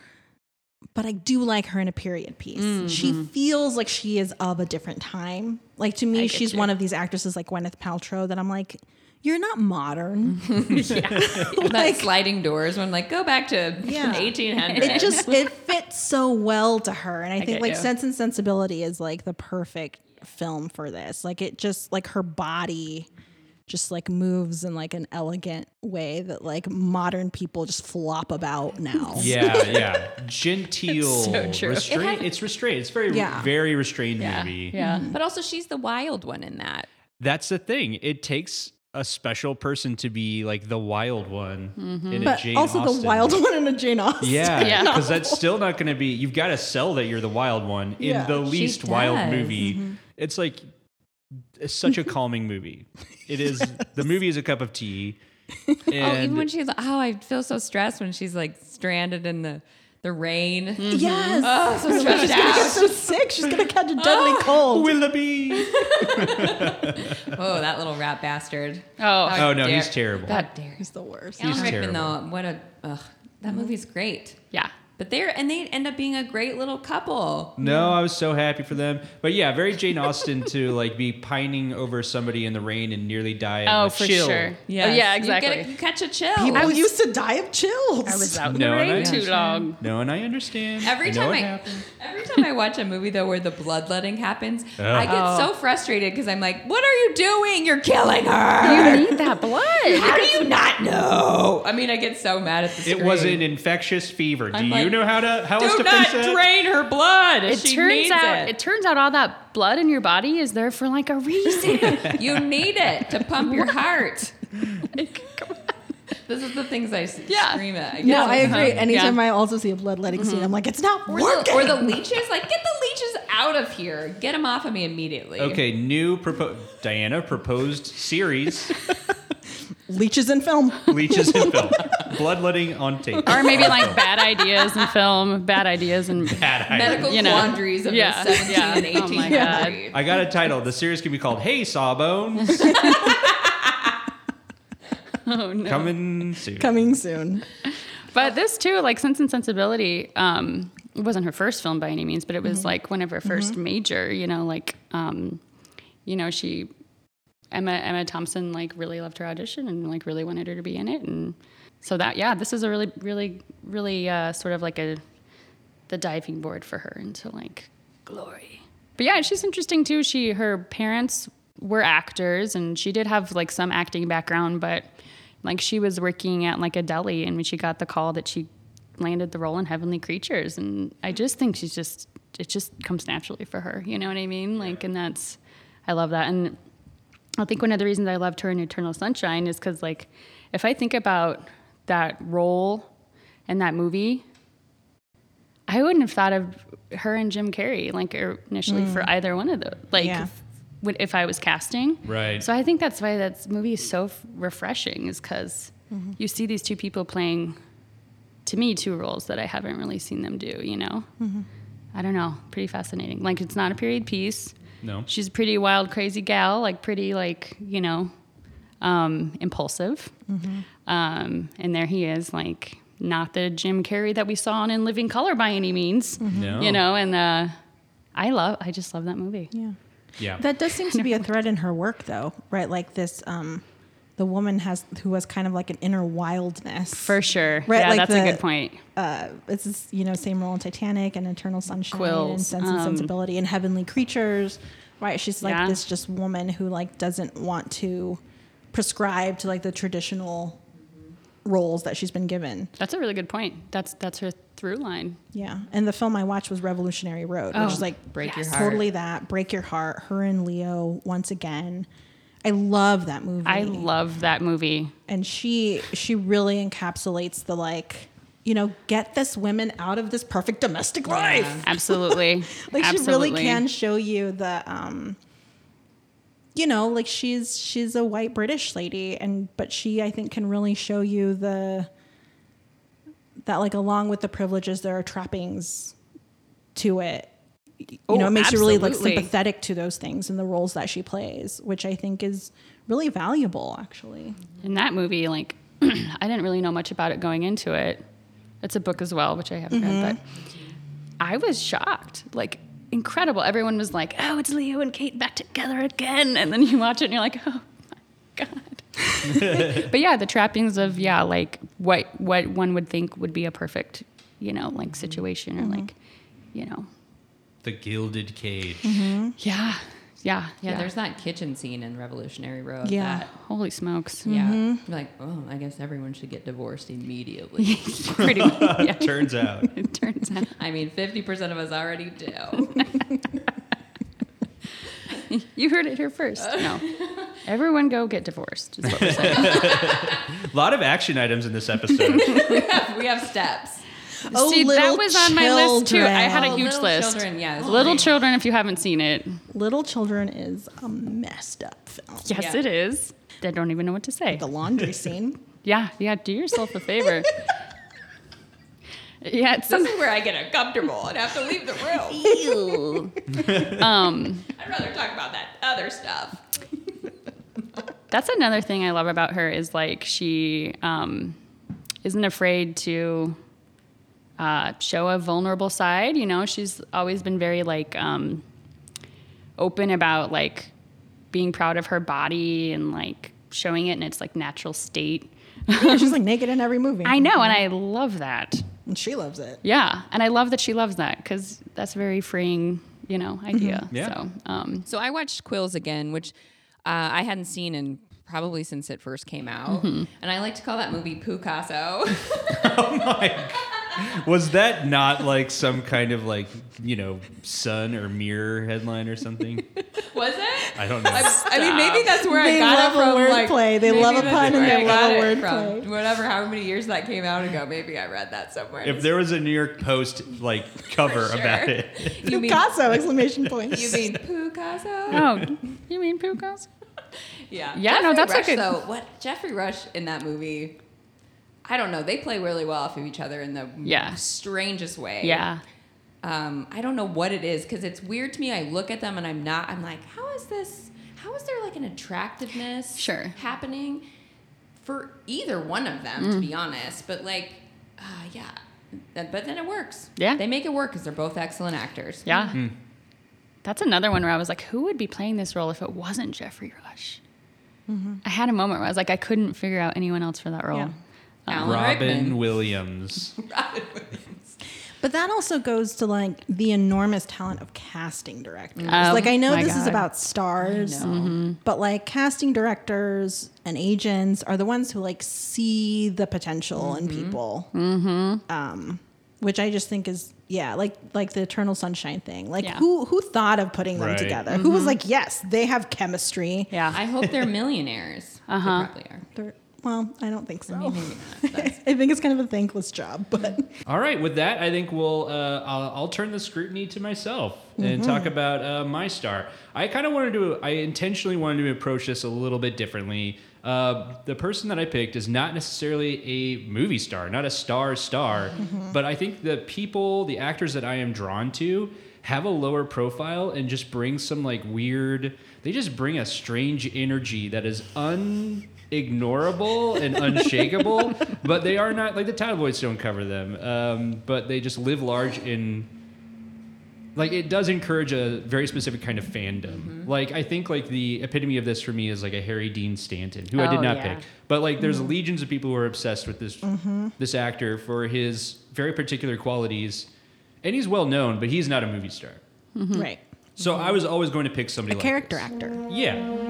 But I do like her in a period piece.
Mm-hmm.
She feels like she is of a different time. Like to me, she's one of these actresses like Gwyneth Paltrow that I'm like, you're not modern.
Mm-hmm. that sliding doors when like go back to
Yeah.
1800.
it just it fits so well to her and i think
get
like
you.
sense and sensibility is like the perfect film for this like it just like her body just like moves in like an elegant way that like modern people just flop about now
Yeah, yeah. Genteel.
It's so true.
Restraint. it's restrained. It's very,
Yeah.
very restrained
yeah.
movie.
yeah. Mm-hmm. But also she's the wild one in that.
That's the thing. It takes a special person to be like the wild one in a
but
Jane
Uh, also
Austen.
the wild one in a jane austen
Yeah,
Yeah.
because that's still not going to be. You've got to sell that you're the wild one in
Yeah.
the
She
least wild
does.
movie.
Mm-hmm.
It's like it's such a calming movie. It is the movie is a cup of tea. And
oh, even when she's oh, I feel so stressed when she's like stranded in the the rain.
Mm-hmm.
yes
Uh,
Oh, so stressed
she's
out.
so sick she's gonna catch a deadly cold
Willoughby.
Oh, that little rat bastard.
Oh,
Oh no,
dare-
he's terrible.
God dare.
he's the worst
Alan Rickman
terrible.
though, what a ugh, that movie's great.
yeah.
But they're and they end up being a great little couple.
No, I was so happy for them. But yeah, very Jane Austen to like be pining over somebody in the rain and nearly die. of
Oh,
a
for
chill.
sure. Oh, yeah,
Yes. You get
exactly.
a- you catch a chill.
people
I was-
used to die of chills
I was out in
No,
the
and
rain
I-
too long.
No, and I understand.
Every
I know
time
what
I
happened.
every time I watch a movie though where the bloodletting happens,
Oh.
I get so frustrated because I'm like, "What are you doing? You're killing her!
You need that blood.
How do you not know?" I mean, I get so mad at the
It
screen.
was an infectious fever. Do
I'm
you
like,
know how to how else to
Do not
fix that?
drain her blood.
It
she
turns
needs
out it.
it.
turns out all that blood in your body is there for like a reason.
you need it to pump your heart. This is the things I s-
Yeah. Uh-huh.
scream at. I
no
get so
i agree
mad.
anytime
Yeah. Mm-hmm.
i also see a bloodletting scene i'm like it's not
Or
working
the, or the leeches, like get the leeches out of here. Get them off of me immediately.
Okay, new propo- Diana proposed series
leeches in film
leeches in film, bloodletting on tape.
or maybe like bad ideas in film, bad ideas in
Bad idea.
Medical
You know.
quandaries of
Yeah.
the 17
Yeah.
and
Oh
18
my
century.
I got a title. The series can be called "Hey Sawbones,"
oh no.
coming soon.
coming soon
But this too, like Sense and Sensibility, um, it wasn't her first film by any means, but it was like one of her 1st major. You know, like um, you know she Emma Emma Thompson like really loved her audition and like really wanted her to be in it, and so that yeah, this is a really really really uh, sort of like a the diving board for her into like glory. But yeah, she's interesting too. She her parents were actors and she did have like some acting background, but like she was working at like a deli and she got the call that she landed the role in Heavenly Creatures and I just think she's just it just comes naturally for her. You know what I mean? Like and that's I love that. And I think one of the reasons I loved her in Eternal Sunshine is because, like, if I think about that role and that movie, I wouldn't have thought of her and Jim Carrey like er- initially for either one of those. Like,
Yeah.
when, if I was casting,
Right.
So I think that's why that movie is so f- refreshing, is because you see these two people playing, to me, two roles that I haven't really seen them do. You know, I don't know, pretty fascinating. Like, it's not a period piece
No.
she's a pretty wild, crazy gal, like pretty, like you know, um, impulsive.
Mm-hmm.
Um, and there he is, like not the Jim Carrey that we saw on in Living Color by any means,
Mm-hmm.
No.
you know. And uh, I love, I just love that movie.
yeah
Yeah.
That does seem to be a thread in her work, though, right? Like this, um, the woman has who has kind of like an inner wildness.
For sure.
Right,
yeah,
like
that's
the-
a good point.
uh, it's this, you know same role in Titanic and Eternal Sunshine and
Quills,
Sense and
um,
Sensibility and Heavenly Creatures, right? She's like
Yeah.
this just woman who like doesn't want to prescribe to like the traditional roles that she's been given.
That's a really good point. That's that's her through line.
Yeah, and the film I watched was Revolutionary Road,
Oh,
which is like
Break Your
yes.
Heart.
totally that break your heart. Her and Leo once again. I love that movie.
I love that movie.
and she she really encapsulates the like you know get this women out of this perfect domestic life
Absolutely.
like
Absolutely.
she really can show you the um you know like she's she's a white british lady and but she i think can really show you the that like along with the privileges there are trappings to it you know
Oh,
it makes you really like
absolutely.
sympathetic to those things and the
Uh,
roles that she plays which i think is really valuable actually
In that movie, like I didn't really know much about it going into it. It's a book as well, which I haven't read, but
Mm-hmm.
I was shocked. Like, incredible. Everyone was like, oh, it's Leo and Kate back together again. And then you watch it and you're like, oh my God. but yeah, the trappings of, yeah, like what, what one would think would be a perfect, you know, like situation
Mm-hmm.
or like, you know,
The gilded cage.
yeah, yeah,
Yeah, there's that kitchen scene in Revolutionary Road.
Yeah.
that-
Holy smokes.
yeah.
Mm-hmm.
Like, oh, I guess everyone should get divorced immediately.
Pretty much. Yeah.
Turns out.
It turns out.
I mean, 50% of us already do.
You heard it here first. No. Everyone go get divorced. is what we're saying.
A lot of action items in this episode.
we have steps.
Oh,
See, that
little
was on my list too. I had a
Oh,
huge
Little
list.
Children, yeah, it's
Little
amazing.
children, if you haven't seen it.
Little Children is a messed up film.
Yes,
Yeah.
it is. I don't even know what to say.
The laundry scene.
Yeah, yeah, do yourself a favor. yeah, it's
This is where I get uncomfortable and have to leave the room.
um
I'd rather talk about that other stuff.
that's another thing I love about her is like she um, isn't afraid to uh, show a vulnerable side. You know, she's always been very like um, open about like being proud of her body and like showing it in its like natural state.
She's like naked in every movie.
I know, and I love that.
And she loves it.
Yeah, and I love that she loves that because that's a very freeing, you know, idea.
Yeah.
So, um,
So I watched Quills again, which uh, I hadn't seen in probably since it first came out.
Mm-hmm.
And I like to call that movie Picasso.
Was that not like some kind of like, you know, sun or mirror headline or something?
Was it?
I don't know.
I mean, maybe that's where I
They
got
love a
it from. like,
wordplay. They
maybe
love a
that's
pun and
where
they love
I got
a
it
wordplay.
From. Whatever, how many years that came out ago, maybe I read that somewhere.
if there was a New York Post like cover
Sure.
about it.
you mean,
Picasso! Exclamation point.
you mean Picasso?
oh, you mean Pukas?
Yeah.
Yeah, no, that's
Rush,
like a-
though, what Jeffrey Rush in that movie. I don't know. They play really well off of each other in the
Yeah.
strangest way.
Yeah.
Um, I don't know what it is because it's weird to me. I look at them and I'm not. I'm like, how is this? How is there like an attractiveness
Sure.
happening for either one of them? To be honest, but like, uh, yeah. That- But then it works.
Yeah.
they make it work because they're both excellent actors.
Yeah.
Hmm.
That's another one where I was like, who would be playing this role if it wasn't Jeffrey Rush? I had a moment where I was like, I couldn't figure out anyone else for that role.
Yeah.
Alan
Robin
Rickman.
Williams.
But that also goes to like the enormous talent of casting directors.
Oh,
like I know
my
this is
God.
about stars,
I know.
but like casting directors and agents are the ones who like see the potential in people. Mm-hmm. Um, which I just think is yeah, like like the Eternal Sunshine thing. Like
Yeah.
who who thought of putting them
Right.
together? Who was like, yes, they have chemistry.
Yeah.
I hope they're millionaires.
Uh-huh.
They probably are.
They're- well, I don't think so.
Maybe not. That's-
I think it's kind of a thankless job, but
All right, with that, I think we'll uh, I'll, I'll turn the scrutiny to myself and talk about uh, my star. I kind of wanted to, I intentionally wanted to approach this a little bit differently. Uh, the person that I picked is not necessarily a movie star, not a star star, but I think the people, the actors that I am drawn to, have a lower profile and just bring some like weird. They just bring a strange energy that is un ignorable and unshakable, but they are not like the title boys don't cover them. Um, but they just live large in like it does encourage a very specific kind of fandom.
Mm-hmm.
Like I think like the epitome of this for me is like a Harry Dean Stanton, who I did
Oh,
not
yeah. Mm-hmm.
pick. But like there's legions of people who are obsessed with this this actor for his very particular qualities. And he's well known, but he's not a movie star.
right.
So I was always going to pick somebody like
Character
this.
actor.
Yeah.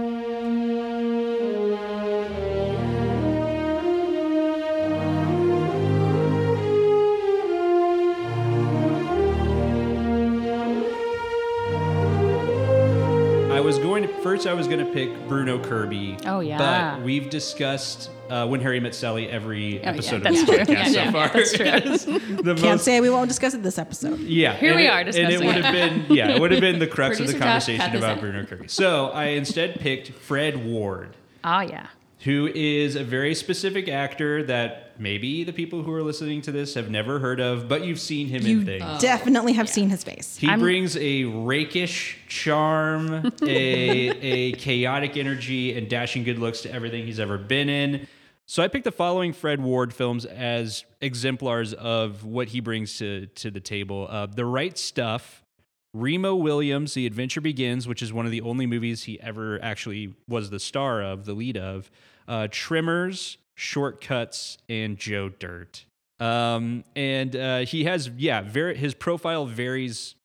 I was going to first. I was going to pick Bruno Kirby.
Oh, yeah.
But we've discussed uh, when Harry met Sally every
Oh, yeah,
episode
that's
of
true.
this podcast
Yeah,
so
yeah,
far.
that's true.
It's the
Can't
most-
say we won't discuss it this episode.
yeah,
Here
and
we
it-
are
and
discussing
it would have been yeah, it would have been the crux of the
Producer Josh, cut
conversation
this
about
out.
Bruno Kirby. So I instead picked Fred Ward,
Oh, yeah.
who is a very specific actor that maybe the people who are listening to this have never heard of, but you've seen him in things.
Oh. Definitely have seen his face.
He
I'm-
brings a rakish charm, a, a chaotic energy, and dashing good looks to everything he's ever been in. So I picked the following Fred Ward films as exemplars of what he brings to, to the table uh, The Right Stuff, Remo Williams, The Adventure Begins, which is one of the only movies he ever actually was the star of, the lead of, uh, Trimmers, Shortcuts, and Joe Dirt. Um, and uh, he has, yeah, very, his profile varies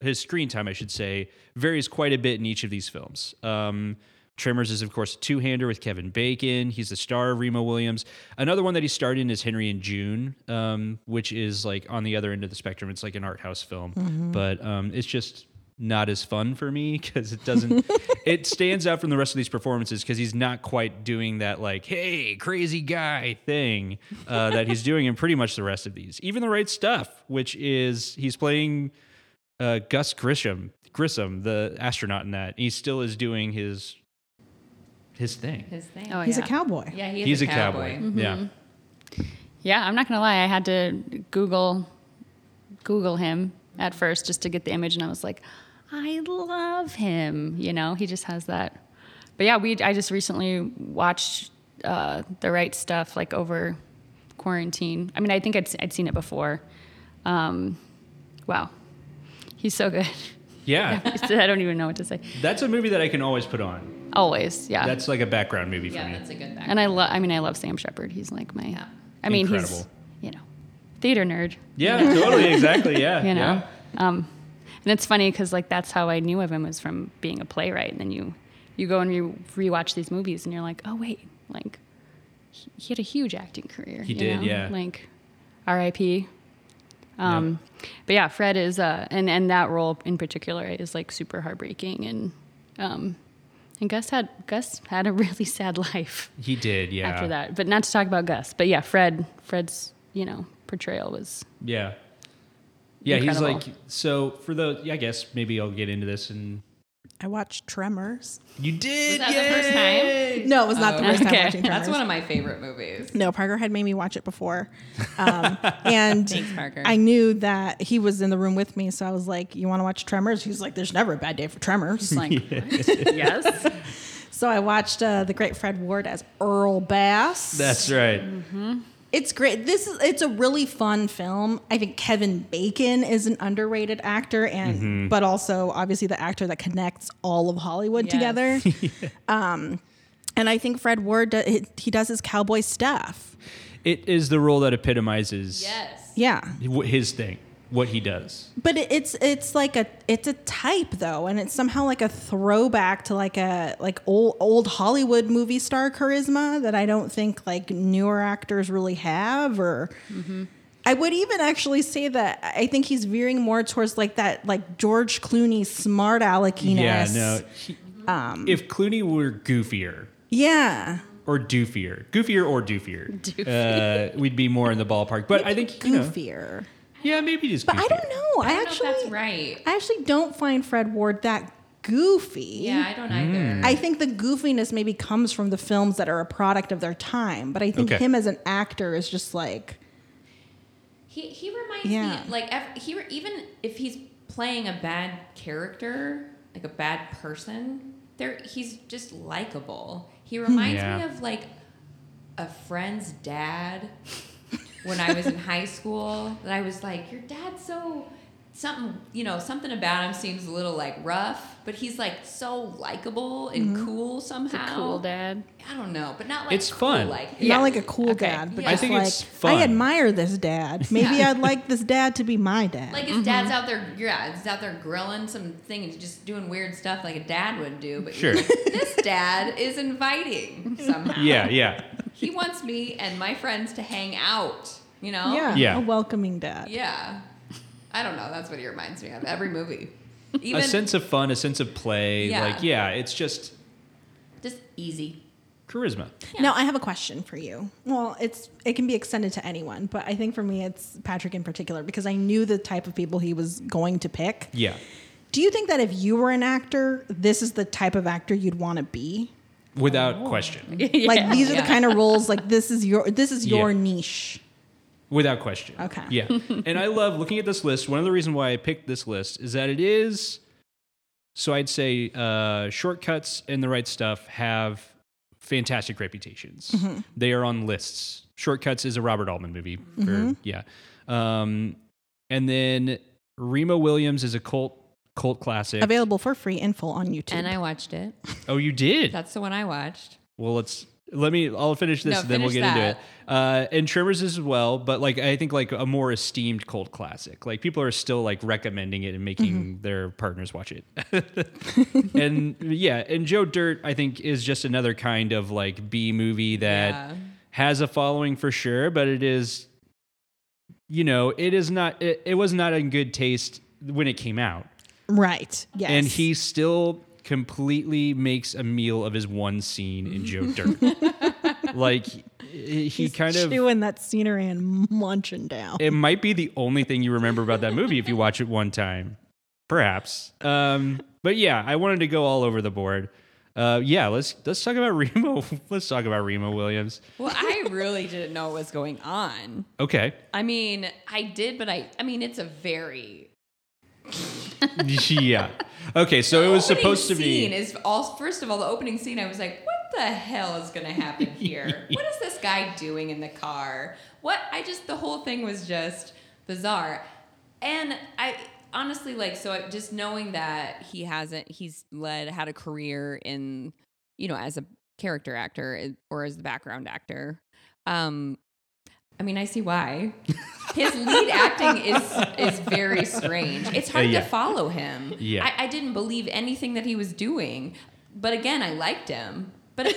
his screen time, I should say, varies quite a bit in each of these films. Um, Trimmers is, of course, a two hander with Kevin Bacon. He's the star of Remo Williams. Another one that he starred in is Henry and June, um, which is like on the other end of the spectrum. It's like an art house film, but um, it's just not as fun for me because it doesn't it stands out from the rest of these performances because he's not quite doing that like hey crazy guy thing uh, that he's doing in pretty much the rest of these even the right stuff which is he's playing uh, Gus Grisham, Grissom, the astronaut in that. He still is doing his his thing.
His thing.
Oh,
He's
yeah.
a cowboy.
Yeah, he is
He's a cowboy. Yeah.
Yeah, I'm not gonna lie. I had to Google Google him at first just to get the image, and I was like, I love him. You know, he just has that. But yeah, we I just recently watched uh, the right stuff like over quarantine. I mean, I think I'd I'd seen it before. Um, wow, he's so good.
Yeah.
I don't even know what to say.
That's a movie that I can always put on.
Always, yeah.
That's like a background movie for me.
that's a good back.
and I love. I mean, I love Sam Shepard. He's like my. I mean, he's
Incredible.
you know, theater nerd.
yeah, totally, exactly. Yeah.
you know
yeah.
um, and it's funny because like that's how i knew of him was from being a playwright and then you you go and re- rewatch these movies and you're like oh wait like he, he had a huge acting career
He
you
did,
know?
yeah.
like rip um, but yeah fred is uh, and and that role in particular is like super heartbreaking and um, and gus had gus had a really sad life
He did, yeah.
after that but not to talk about gus but yeah fred fred's you know portrayal was
Yeah. Yeah, he's
Incredible.
like so for the yeah, I guess maybe I'll get into this and
I watched Tremors. Oh.
you did
that the first time?
yay!
No, it was not the first time
okay.
watching Tremors.
That's one of my favorite movies.
No, Parker had made me watch it before. Um, and
Parker.
I knew that he was in the room with me. So I was like, You want to watch Tremors? He's like, There's never a bad day for Tremors. Like,
yes
So I watched uh, The Great Fred Ward as Earl Bass.
That's right.
it's great. This is it's a really fun film. I think Kevin Bacon is an underrated actor, and but also obviously the actor that connects all of Hollywood
Yes.
together. um, and I think Fred Ward do, he- he does his cowboy stuff.
It is the role that epitomizes
Yes.
Yeah,
wh- his thing, what he does.
but it, it's it's like a it's a type though, and it's somehow like a throwback to like a like old old Hollywood movie star charisma that I don't think like newer actors really have. Or I would even actually say that I think he's veering more towards like that like George Clooney smart aleckiness.
Yeah, no. he-
um,
if Clooney were goofier
Yeah.
or doofier, goofier or doofier, Uh, we'd be more in the ballpark. But I think you know,
goofier.
yeah, maybe just.
But I
goofier.
don't know. I,
I don't
actually
know if that's right.
I actually don't find Fred Ward that goofy.
Yeah, I don't either.
Mm.
I think the goofiness maybe comes from the films that are a product of their time, but I think
Okay.
him as an actor is just like
He he reminds
Yeah.
me like ev- he re- even if he's playing a bad character, like a bad person, there he's just likable. He reminds me
Yeah.
of like a friend's dad when I was in high school. That I was like, your dad's so something, you know, something about him seems a little like rough, but he's like so likable and cool somehow.
cool dad
I don't know, but not like
It's
cool,
fun.
Like
not like a cool dad, but
Yeah. I
just
think
like
it's fun.
I admire this dad. Maybe I'd like this dad to be my dad.
Like his
Mm-hmm.
dad's out there, yeah, he's out there grilling some things, just doing weird stuff like a dad would do. But
Sure.
you're like, this dad is inviting somehow.
Yeah, yeah.
He wants me and my friends to hang out. You know.
yeah,
Yeah.
a welcoming dad.
oh. Yeah. I don't know. That's what he reminds me of. Every movie, even
a sense of fun, a sense of play.
Yeah.
Like, yeah, it's just
just easy.
charisma.
Now I have a question for you. Well, it's it can be extended to anyone, but I think for me it's Patrick in particular because I knew the type of people he was going to pick.
Yeah.
Do you think that if you were an actor, this is the type of actor you'd want to be?
Without
Oh.
question.
Like these are the
Yeah.
kind of roles like this is your this is your
Yeah.
niche.
Without question.
Okay.
Yeah. and I love looking at this list. One of the reasons why I picked this list is that it is so I'd say uh, shortcuts and the right stuff have fantastic reputations. They are on lists. Shortcuts is a Robert Altman movie. For, Yeah. Um, and then Remo Williams is a cult cult classic.
Available for free and full on YouTube.
And I watched it.
oh, you did.
That's the one I watched.
Well, let's let me. I'll finish this,
No,
and then we'll get
finish
into it. Uh, and Tremors as well, but like I think like a more esteemed cult classic. Like people are still like recommending it and making
Mm-hmm.
their partners watch it. and yeah, and Joe Dirt I think is just another kind of like B movie that
Yeah.
has a following for sure, but it is, you know, it is not. It, it was not in good taste when it came out
right. Yes.
and he still completely makes a meal of his one scene in Joe Dirt. like he he kind of
chewing that scenery and munching down.
it might be the only thing you remember about that movie if you watch it one time, perhaps. Um, but yeah, I wanted to go all over the board. Uh, yeah, let's let's talk about Remo. let's talk about Remo Williams.
Well, I really didn't know what was going on.
Okay,
I mean, I did, but I I mean, it's a very
yeah. Okay, so it was
opening
supposed to be.
scene is all first of all the opening scene I was like, what the hell is gonna happen here? what is this guy doing in the car? What I just the whole thing was just bizarre. And I honestly like so I, just knowing that he hasn't he's led had a career in you know as a character actor eh, or as the background actor. Um I mean I see why. His lead acting is is very strange. It's hard
Yeah.
to follow him.
Yeah.
I, I didn't believe anything that he was doing. But again, I liked him. But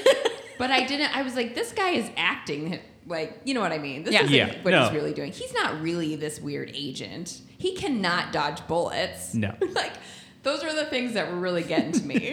but I didn't. I was like, this guy is acting like you know what I mean. This
Yeah.
isn't
Yeah,
what
no.
he's really doing. He's not really this weird agent. He cannot dodge bullets.
No.
like those were the things that were really getting to me.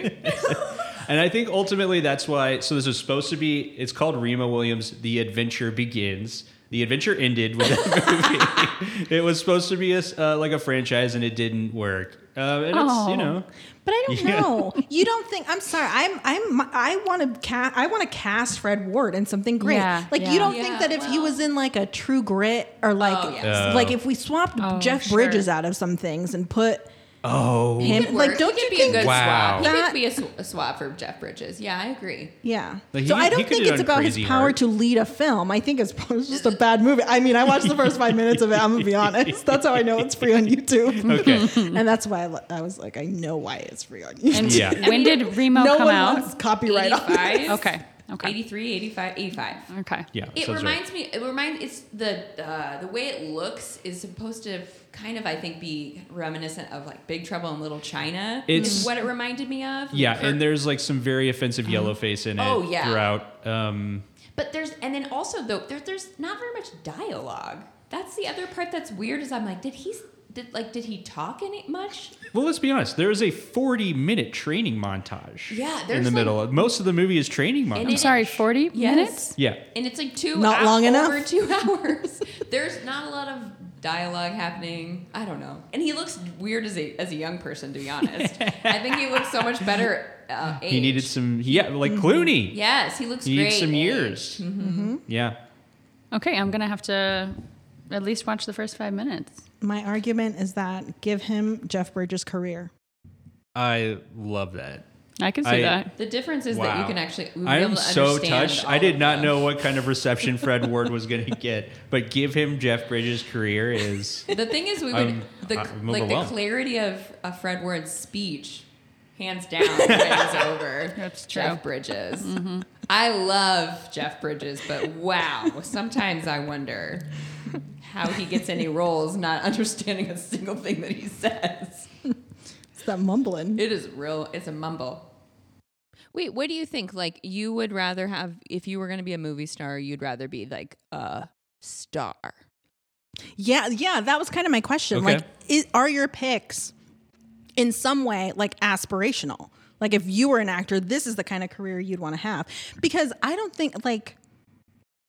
And I think ultimately that's why. So this was supposed to be. It's called Remo Williams. The adventure begins. The adventure ended with that movie. it was supposed to be a s uh, like a franchise, and it didn't work. Uh, and it's
Oh.
you know,
But I don't
Yeah.
know. You don't think? I'm sorry. I'm. I'm. I want to cast. I want to cast Fred Ward in something great.
Yeah,
like
yeah.
you don't
Yeah,
think that if he
well-
was in like a True Grit or like
Oh, yes.
Oh.
like if we swapped
Oh,
Jeff
sure.
Bridges out of some things and put
oh
him
Could
like
work.
don't
he
you
could be
think?
a good
Wow.
swap? He
That-
could be a, sw- a swap for Jeff Bridges. Yeah, I agree.
Yeah.
Like,
so
he-
I
he
don't
could
think
have
it's
done
about his
Crazy
power
Heart.
to lead a film. I think it's, it's just a bad movie. I mean, I watched the first five minutes of it. I'm gonna be honest. That's how I know it's free on YouTube.
Okay.
and that's why I, lo- I was like, I know why it's free on YouTube.
And
Yeah.
when did Remo
no
come
one
out?
wants copyright on this.
85,
Okay. Okay.
83, 85, 85.
Okay.
yeah.
It
sounds right.
reminds me. It reminds. It's the uh, the way it looks is supposed to kind of, I think, be reminiscent of like Big Trouble in Little China. is
It's-
what it reminded me of.
Yeah,
Her- Uh-huh.
and there's like some very offensive yellow face in it
Oh, yeah.
throughout. Um,
but there's and then also though there, there's not very much dialogue. That's the other part that's weird. Is I'm like, did he s- did like did he talk any much?
well, let's be honest. There is a 40 minute training montage.
Yeah,
in
there's,
the
like-
middle. Most of the movie is training
And
montage.
it-
I'm sorry, 40
Yes.
minutes?
Yeah.
And it's like two
Not
hou-
long enough.
over two hours. there's not a lot of dialogue happening. I don't know. And he looks weird as a as a young person. To be honest, I think he looks so much better. Uh,
He needed
aged.
some. Yeah, like Clooney.
Yes, he looks
He
great.
needs some
aged.
years.
Mm-hmm.
Yeah.
Okay, I'm going to have to at least watch the first five minutes.
My argument is that give him Jeff Bridges' career.
I love that.
I can see
I-
that.
The difference is that you
Wow.
can actually. we would
I
be
am
able to
so
understand
touched.
all
I did
of
not
them.
know what kind of reception Fred Ward was going to get, but give him Jeff Bridges' career is
The thing is, we would
I'm-
the
I'm
like the
overwhelmed.
clarity of uh, Fred Ward's speech, hands down, wins over
That's true.
Jeff Bridges. I love Jeff Bridges, but wow, sometimes I wonder how he gets any roles, not understanding a single thing that he says.
It's that mumbling.
It is real. It's a mumble. Wait, what do you think? Like, you would rather have, if you were going to be a movie star, you'd rather be like a star.
Yeah, yeah, that was kind of my question.
Okay.
Like, i are your picks in some way like aspirational? Like, if you were an actor, this is the kind of career you'd want to have. Because I don't think like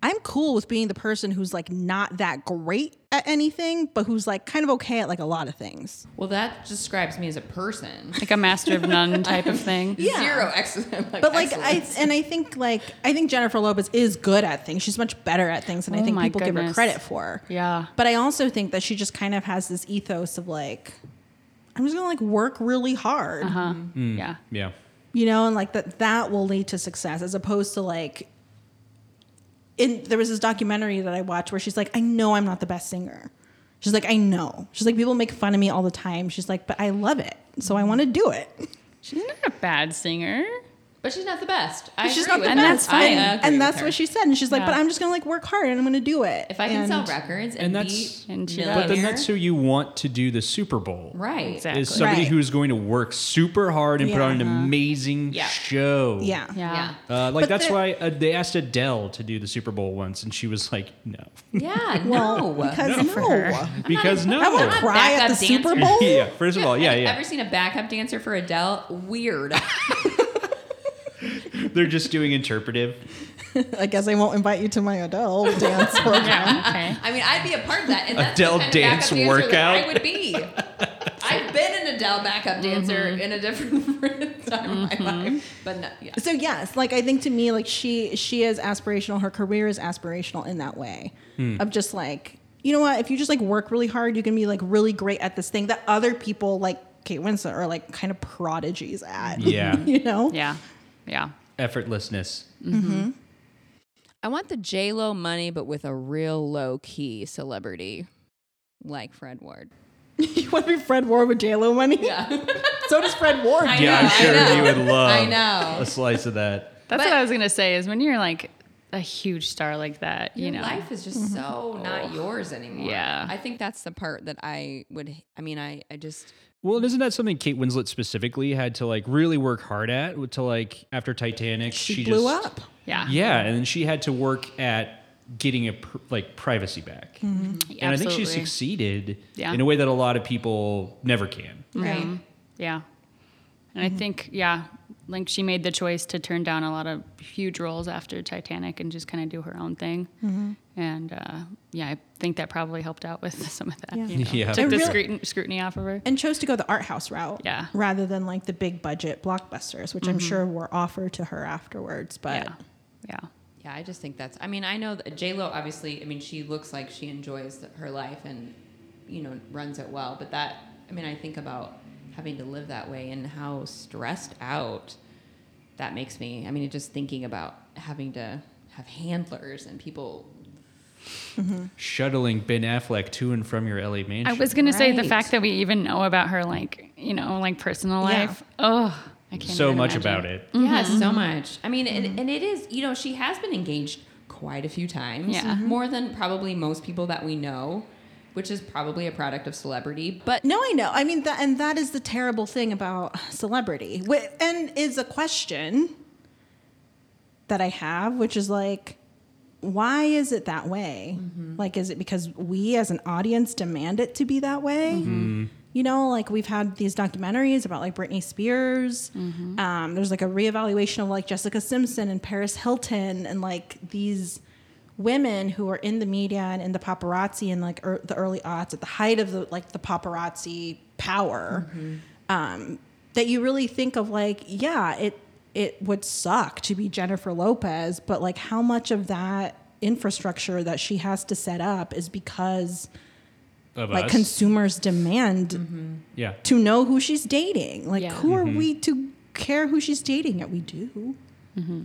I'm cool with being the person who's like not that great at anything, but who's like kind of okay at like a lot of things.
Well, that describes me as a person.
Like a master of none type of thing.
Yeah.
Zero excellent. Like,
But like
excellence.
I and I think like I think Jennifer Lopez is good at things. She's much better at things than I
Oh
think
my
people give her
goodness.
credit for.
Yeah.
But I also think that she just kind of has this ethos of like, I'm just gonna like work really hard.
Hmm.
Uh-huh. Yeah.
yeah.
you know, and like that that will lead to success as opposed to like in there was this documentary that I watched where she's like, I know I'm not the best singer. She's like, I know. She's like, people make fun of me all the time. She's like, but I love it. So I want to do it.
She's not a bad singer.
But she's not the best. I
she's
agree
not
with
and
her.
that's
I uh,
fine.
agree
And
with
that's
her.
what she said. And she's like,
Yeah.
but I'm just gonna like work hard and I'm gonna do it.
If I can
and
sell records and,
And
be
that's-
And she
But then
millionaire-
that's who you want to do the Super Bowl.
right.
Exactly.
Is somebody
Right.
who is going to work super hard and put
Yeah.
on an amazing
Yeah.
show.
Yeah.
Yeah.
Yeah.
Uh, like
But
that's
the-
why uh, they asked Adele to do the Super Bowl once, and she was like, "No,"
Yeah.
Well,
No.
because
No.
no.
because no.
I won't
not a
cry at
backup
the Super
dancer.
Bowl.
yeah. First of all, yeah,
Have you
yeah.
Ever seen a backup dancer for Adele? Weird.
They're just doing interpretive.
I guess I won't invite you to my Adele dance program.
Okay.
I mean, I'd be a part of that. And that's
Adele
the kind
dance
of backup dancer that
workout.
I would be. I've been an Adele backup dancer in a different time of my life, but no, yeah.
so yes, like I think to me, like she she is aspirational. Her career is aspirational in that way
Hmm.
of just like you know what if you just like work really hard, you can be like really great at this thing that other people like Kate Winslet are like kind of prodigies at.
Yeah.
you know.
Yeah. Yeah.
Effortlessness.
I want the J Lo money, but with a real low key celebrity, like Fred Ward.
you want to be Fred Ward with J Lo money?
Yeah.
so does Fred Ward.
I
Yeah,
know,
I'm
I
sure
know.
you would love
I know.
a slice of that.
That's
But-
what I was gonna say. Is when you're like a huge star like that, you
Your
know, Mm-hmm.
life is just so not yours anymore.
Yeah.
I think that's the part that I would. I mean, I I just
Well, and isn't that something Kate Winslet specifically had to like really work hard at? To like after Titanic,
She,
she,
blew
just,
up.
yeah,
Yeah, and then she had to work at getting a pr- like privacy back, and I think she
Absolutely.
succeeded
Yeah.
in a way that a lot of people never can.
right.
Yeah. And
Mm-hmm.
I think, yeah, like she made the choice to turn down a lot of huge roles after Titanic and just kind of do her own thing.
Mm-hmm.
And uh, yeah, I think that probably helped out with some of that.
Yeah.
you know.
Yeah.
Took
I
the
really-
scrutiny, scrutiny off of her.
and chose to go the art house route
Yeah.
rather than like the big budget blockbusters which i'm sure were offered to her afterwards but
Yeah. Yeah.
Yeah, I just think that's. I mean, I know J Lo. Obviously, I mean, she looks like she enjoys her life and you know runs it well. But that, I mean, I think about having to live that way and how stressed out that makes me. I mean, just thinking about having to have handlers and people.
Shuttling Ben Affleck to and from your LA mansion.
I was going to say the
Right.
fact that we even know about her, like, you know, like personal
Yeah.
life. Oh, I can't
so
even
much
imagine.
about it.
Yeah, so much. I mean, and, and it is. You know, she has been engaged quite a few times.
Yeah. Mhm.
more than probably most people that we know, which is probably a product of celebrity. But
no i know i mean that and that is the terrible thing about celebrity Wh- and is a question that i have which is like why is it that way like is it because we as an audience demand it to be that way you know like we've had these documentaries about like britney spears um, there's like a reevaluation of like jessica simpson and paris hilton and like these women who are in the media and in the paparazzi in like er- the early aughts at the height of the like the paparazzi power um, that you really think of like yeah it it would suck to be jennifer lopez but like how much of that infrastructure that she has to set up is because
Of
like
us.
consumers demand
yeah.
to know who she's dating. Like,
Yeah.
who are we to care who she's dating? Yet we do.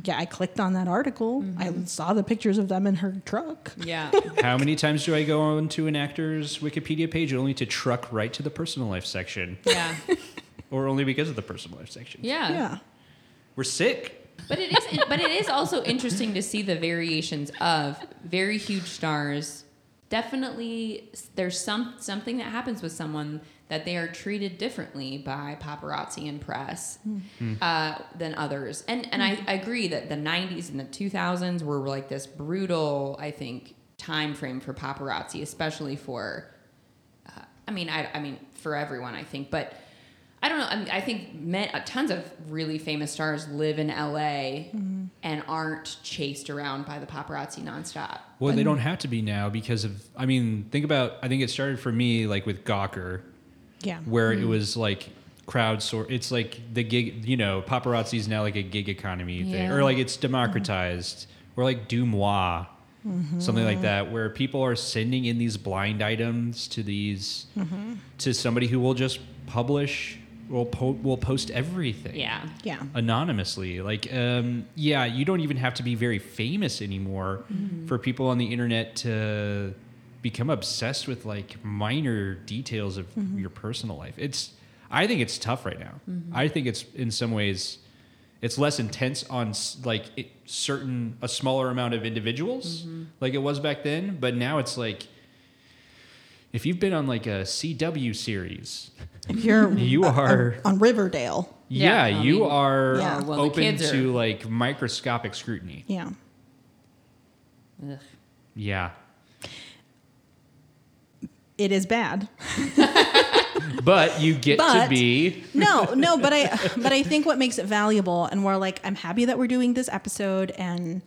Yeah, I clicked on that article. I saw the pictures of them in her truck.
yeah,
How many times do I go onto an actor's Wikipedia page only to truck right to the personal life section,
yeah,
or only because of the personal life section?
yeah.
Yeah.
We're sick.
But it is, but it is also interesting to see the variations of very huge stars. Definitely, there's some something that happens with someone that they are treated differently by paparazzi and press uh, than others. And and I, I agree that the '90s and the 2000s were like this brutal, I think, time frame for paparazzi, especially for uh, I mean, I, I mean, for everyone, I think, but I don't know. I, mean, I think men, uh, tons of really famous stars live in LA
Mm-hmm.
and aren't chased around by the paparazzi nonstop.
Well, they don't have to be now because of. I mean, think about. I think it started for me like with Gawker,
Yeah.
where it was like crowdsourced. It's like the gig. You know, paparazzi is now like a gig economy thing,
Yeah.
or like it's democratized, or like Dumois, something like that, where people are sending in these blind items to these to somebody who will just publish We'll po- we'll post everything.
Yeah.
Yeah.
Anonymously, like um, yeah, you don't even have to be very famous anymore for people on the internet to become obsessed with like minor details of your personal life. It's I think it's tough right now. I think it's in some ways it's less intense on s- like it, certain a smaller amount of individuals like it was back then, but now it's like if you've been on like a CW series,
You're
you are
on Riverdale.
yeah,
Yeah, I
you
mean,
are
yeah.
Well, the
open
kids are-
to like microscopic scrutiny.
Yeah.
Ugh.
Yeah.
It is bad.
But you get to
But-
be
no, no, but I but I think what makes it valuable and we're like I'm happy that we're doing this episode and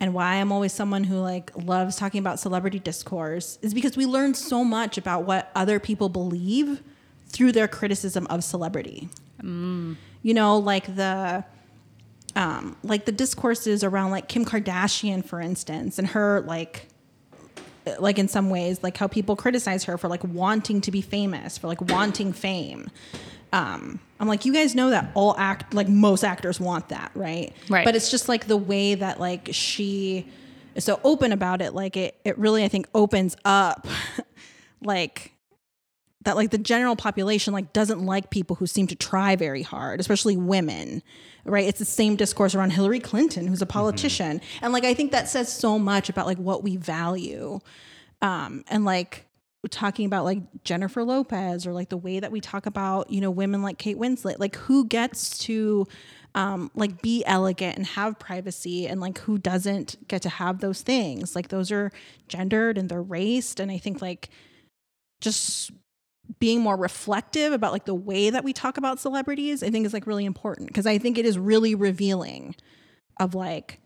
and why I'm always someone who like loves talking about celebrity discourse is because we learn so much about what other people believe through their criticism of celebrity. You know, like the um, like the discourses around like Kim Kardashian, for instance, and her like like in some ways like how people criticize her for like wanting to be famous for like wanting fame um i'm like you guys know that all act like most actors want that right
Right.
but it's just like the way that like she is so open about it like it it really i think opens up like that like the general population like doesn't like people who seem to try very hard especially women right it's the same discourse around hillary clinton who's a politician and like i think that says so much about like what we value um and like talking about like jennifer lopez or like the way that we talk about you know women like kate winslet like who gets to um like be elegant and have privacy and like who doesn't get to have those things like those are gendered and they're raced and i think like just being more reflective about like the way that we talk about celebrities i think is like really important because i think it is really revealing of like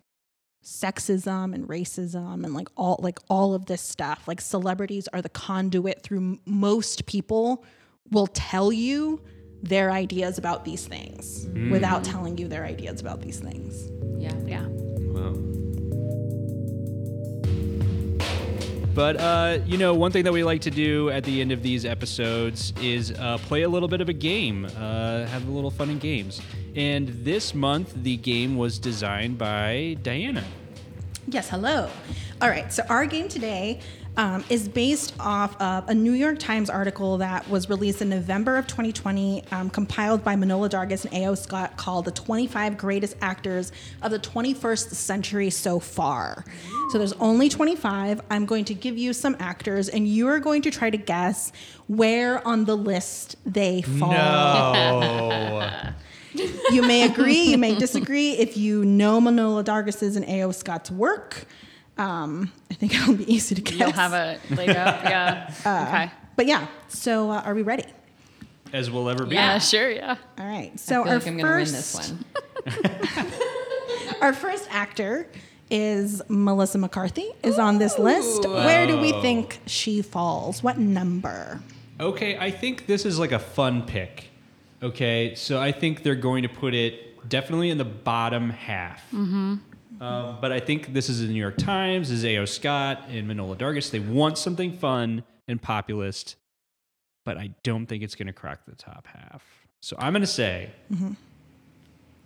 sexism and racism and like all like all of this stuff like celebrities are the conduit through m- most people will tell you their ideas about these things without telling you their ideas about these things
Yeah.
Yeah.
Wow. But uh, you know, one thing that we like to do at the end of these episodes is uh, play a little bit of a game, uh, have a little fun and games. And this month, the game was designed by Diana.
Yes, hello. All right, so our game today um, is based off of a New York Times article that was released in November of 2020, um, compiled by Manola Dargis and A.O. Scott, called The 25 Greatest Actors of the 21st Century So Far. So there's only 25. I'm going to give you some actors, and you are going to try to guess where on the list they fall.
No.
You may agree, you may disagree. If you know Manola Dargis's and A.O. Scott's work, um, I think it'll be easy to guess.
You'll have it later. yeah.
Uh.
okay.
But yeah, so uh, are we ready?
As will ever be.
Yeah. Sure. Yeah.
All right. So our
I feel like I'm
1st
gonna win this one.
our first actor is Melissa McCarthy is on this list. Where do we think she falls? What number?
Okay, I think this is like a fun pick. Okay, so I think they're going to put it definitely in the bottom half. Mm-hmm. Um, but I think this is the New York Times, this is A.O. Scott and Manola Dargis. They want something fun and populist, but I don't think it's going to crack the top half. So I'm going to say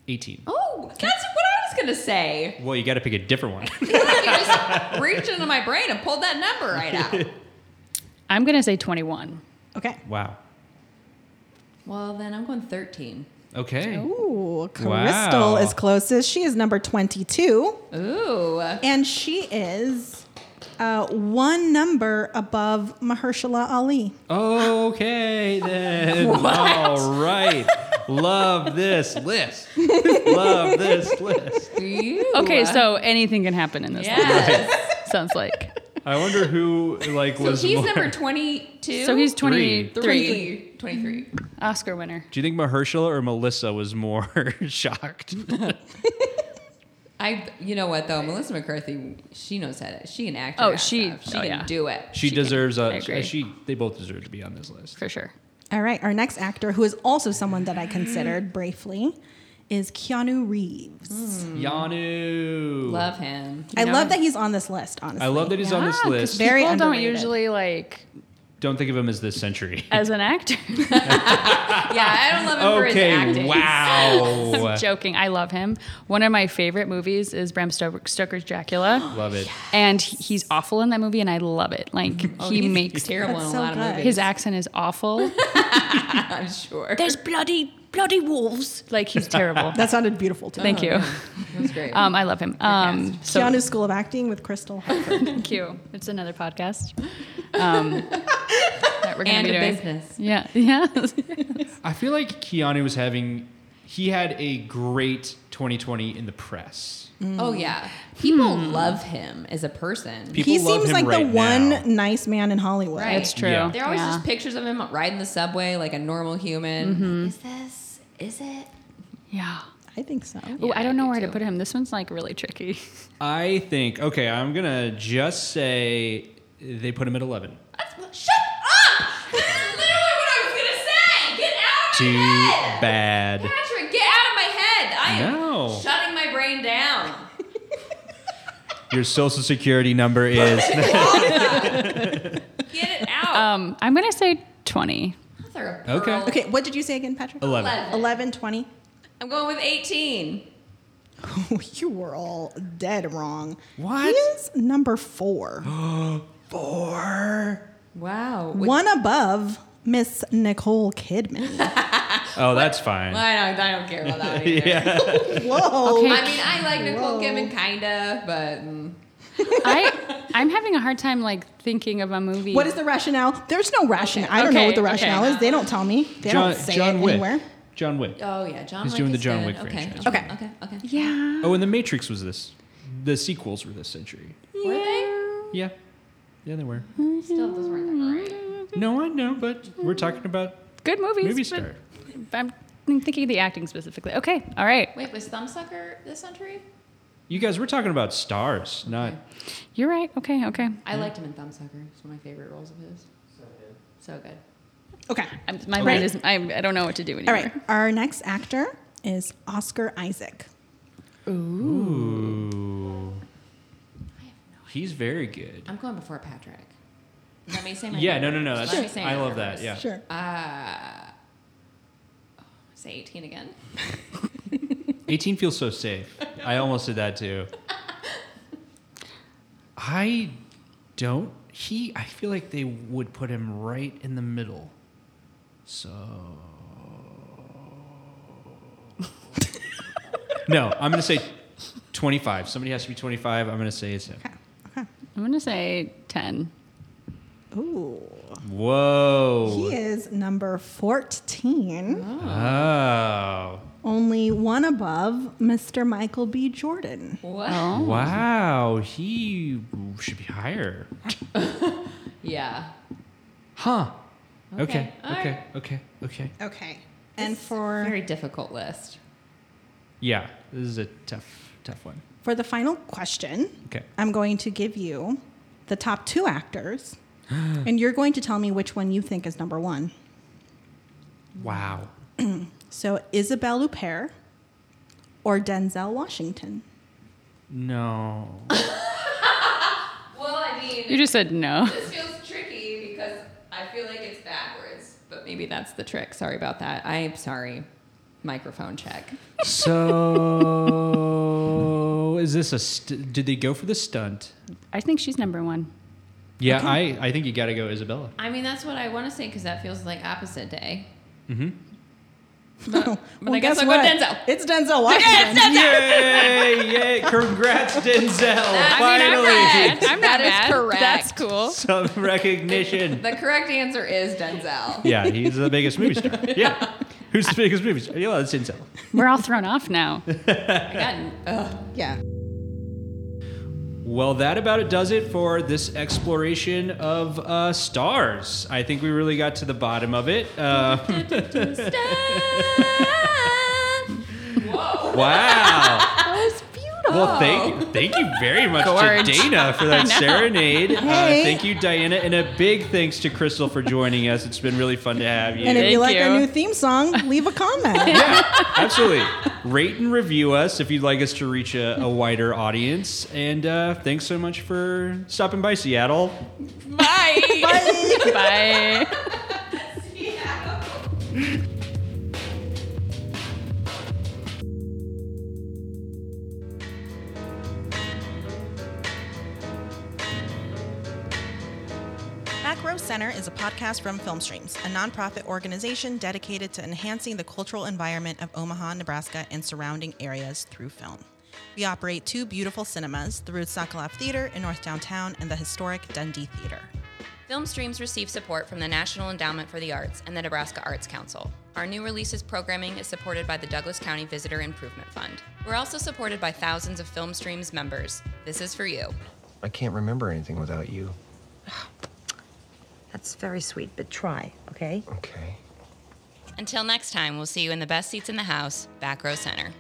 18.
Oh, that's what I was gonna say.
Well, you got to pick a different one.
You just reached into my brain and pulled that number right out.
I'm gonna say 21.
Okay.
wow.
Well, then I'm going 13.
Okay.
Ooh, Crystal
Wow.
is closest. She is number 22.
Ooh.
And she is uh, one number above Mahershala Ali.
Okay then. All right. Love this list. Love this list.
Okay.
uh.
So anything can happen in this.
Yes.
list, Sounds like.
I wonder who like
So
was
he's
more-
number 22.
So he's
Three.
23.
23. 23.
Oscar winner.
Do you think Mahershala or Melissa was more shocked?
I, you know what though, Melissa McCarthy, she knows how to. She can act. her
Oh,
ass
she-
off. she
oh,
can
yeah.
do it.
She, deserves
I
a
agree.
she they both deserve to be on this list.
For sure.
All right, our next actor, who is also someone that I considered briefly, is Keanu Reeves.
Yanu.
Love him.
I
No.
love that he's on this list, honestly.
I love that he's on this
Ah, 'cause
list.
Very
people don't
underrated.
usually like
Don't think of him as this century.
as an actor.
Yeah, I don't love him for his
okay,
acting.
wow.
I'm joking. I love him. One of my favorite movies is Bram Stoker- Stoker's Dracula,
Love it.
and he- he's awful in that movie, and I love it. Like
Oh,
he
he's
makes
terrible in a
so
lot
good.
of movies.
his accent is awful.
I'm sure.
There's bloody bloody wolves. Like he's terrible.
That sounded beautiful to me.
Thank you.
That's great.
Um, I love him. Um, so
Keanu's School of Acting with Crystal. Hartford.
thank you. It's another podcast. Um, that we're gonna
and
be
a
doing.
business.
Yeah, yeah.
I feel like Keanu was having, he had a great 2020 in the press.
Oh yeah, people love him as a person.
People
he
love
seems
him
like
right
the one
now.
nice man in Hollywood.
Right.
That's true.
Yeah.
There are always
Yeah.
just pictures of him riding the subway like a normal human. Is this? Is it?
yeah.
I think so.
Oh, I don't know where to
too.
put him. This one's like really tricky.
I think, okay, I'm going to just say they put him at 11.
That's, well, shut up! That's literally what I was gonna say. Get out of
Too
my head,
bad.
Patrick. Get out of my head. I am
No.
shutting my brain down.
Your social security number is.
Get it out.
Um, I'm gonna say 20.
Mother of
Okay.
pearl.
Okay, what did you say again, Patrick?
11.
11, 20.
I'm going with 18.
you were all dead wrong.
What?
He is number four.
Four.
Wow.
one above Miss Nicole Kidman.
Oh, that's fine.
I don't, I don't care about that either.
Yeah.
Whoa.
Okay.
I mean, I like Nicole Kidman kind of, but mm,
I I'm having a hard time like thinking of a movie.
What is the rationale? There's no rationale. I don't know
okay,
what the
okay.
rationale is. They don't tell me. They
John,
don't say
John
it
Wick.
anywhere.
John Wick.
oh yeah, John.
He's
Wick
doing the
is
John
good.
Wick
okay.
franchise.
Okay.
Okay.
Okay. Okay.
Yeah.
Oh, and The Matrix was this. The sequels were this century.
Were they?
Yeah. Yeah, they were.
Still, those weren't that great.
No, I know, but we're talking about
Good movies.
movie
but
star.
I'm thinking of the acting specifically. Okay. All right.
Wait, was Thumbsucker this century?
You guys, we're talking about stars, not.
You're right. Okay. Okay.
I liked him in Thumbsucker. It's one of my favorite roles of his. So good.
Okay.
I'm, my mind is. I, I don't know what to do
All
anymore.
right. Our next actor is Oscar Isaac.
Ooh. He's very good.
I'm going before Patrick. Let me say my
Yeah, no, no,
number
no.
first.
That's,
Let me say my
I love
number
that.
first.
Yeah.
Sure.
Say 18 again.
18 feels so safe. I almost did that too. I don't. He. I feel like they would put him right in the middle. So. no, I'm gonna say 25. Somebody has to be 25. I'm gonna say it's him.
I'm gonna say 10.
Ooh.
Whoa.
He is number 14,
Oh.
only one above Mr. Michael B. Jordan.
What?
Oh.
Wow. He should be higher.
Yeah.
Huh. Okay.
Okay.
Okay. Okay. Okay.
Okay. And for
Very difficult list.
Yeah. This is a tough, tough one.
for the final question,
Okay.
I'm going to give you the top two actors, and you're going to tell me which one you think is number one.
Wow.
So Isabelle Huppert or Denzel Washington?
No.
Well, I mean,
You just said no.
this feels tricky because I feel like it's backwards, but maybe that's the trick. Sorry about that. I'm sorry. Microphone check.
so is this a? St- did they go for the stunt?
I think she's number one.
Yeah, I, I think you got to go Isabella.
I mean, that's what I want to say because that feels like opposite day.
But
I guess I'll go Denzel.
It's Denzel Washington.
Yay! Yay! Congrats, Denzel! Finally,
I'm not
That is
mad.
correct.
That's cool.
some recognition.
The correct answer is Denzel.
yeah, he's the biggest movie star. Yeah, who's the biggest movie star? Yeah, that's Denzel.
We're all thrown off now.
I got, ugh.
Yeah.
Well, that about it does it for this exploration of uh, stars. I think we really got to the bottom of it. Uh, wow.
That was beautiful.
Well, thank, thank you very much
Gorge.
to Dana for that serenade. Uh,
Hey.
thank you, Diana. And a big thanks to Crystal for joining us. It's been really fun to have you.
And if
Thank
you like our
you.
new theme song, leave a comment.
yeah, absolutely. Rate and review us if you'd like us to reach a, a wider audience. And uh, thanks so much for stopping by, Seattle.
Bye.
Bye.
Back Row Center is a podcast from Filmstreams, a nonprofit organization dedicated to enhancing the cultural environment of Omaha, Nebraska, and surrounding areas through film. We operate two beautiful cinemas, the Ruth Sokolov Theater in North Downtown and the historic Dundee Theater.
Filmstreams receives support from the National Endowment for the Arts and the Nebraska Arts Council. Our new releases programming is supported by the Douglas County Visitor Improvement Fund. We're also supported by thousands of Filmstreams members. This is for you.
I can't remember anything without you.
That's very sweet, but try, okay?
Okay.
Until next time, we'll see you in the best seats in the house, back row center.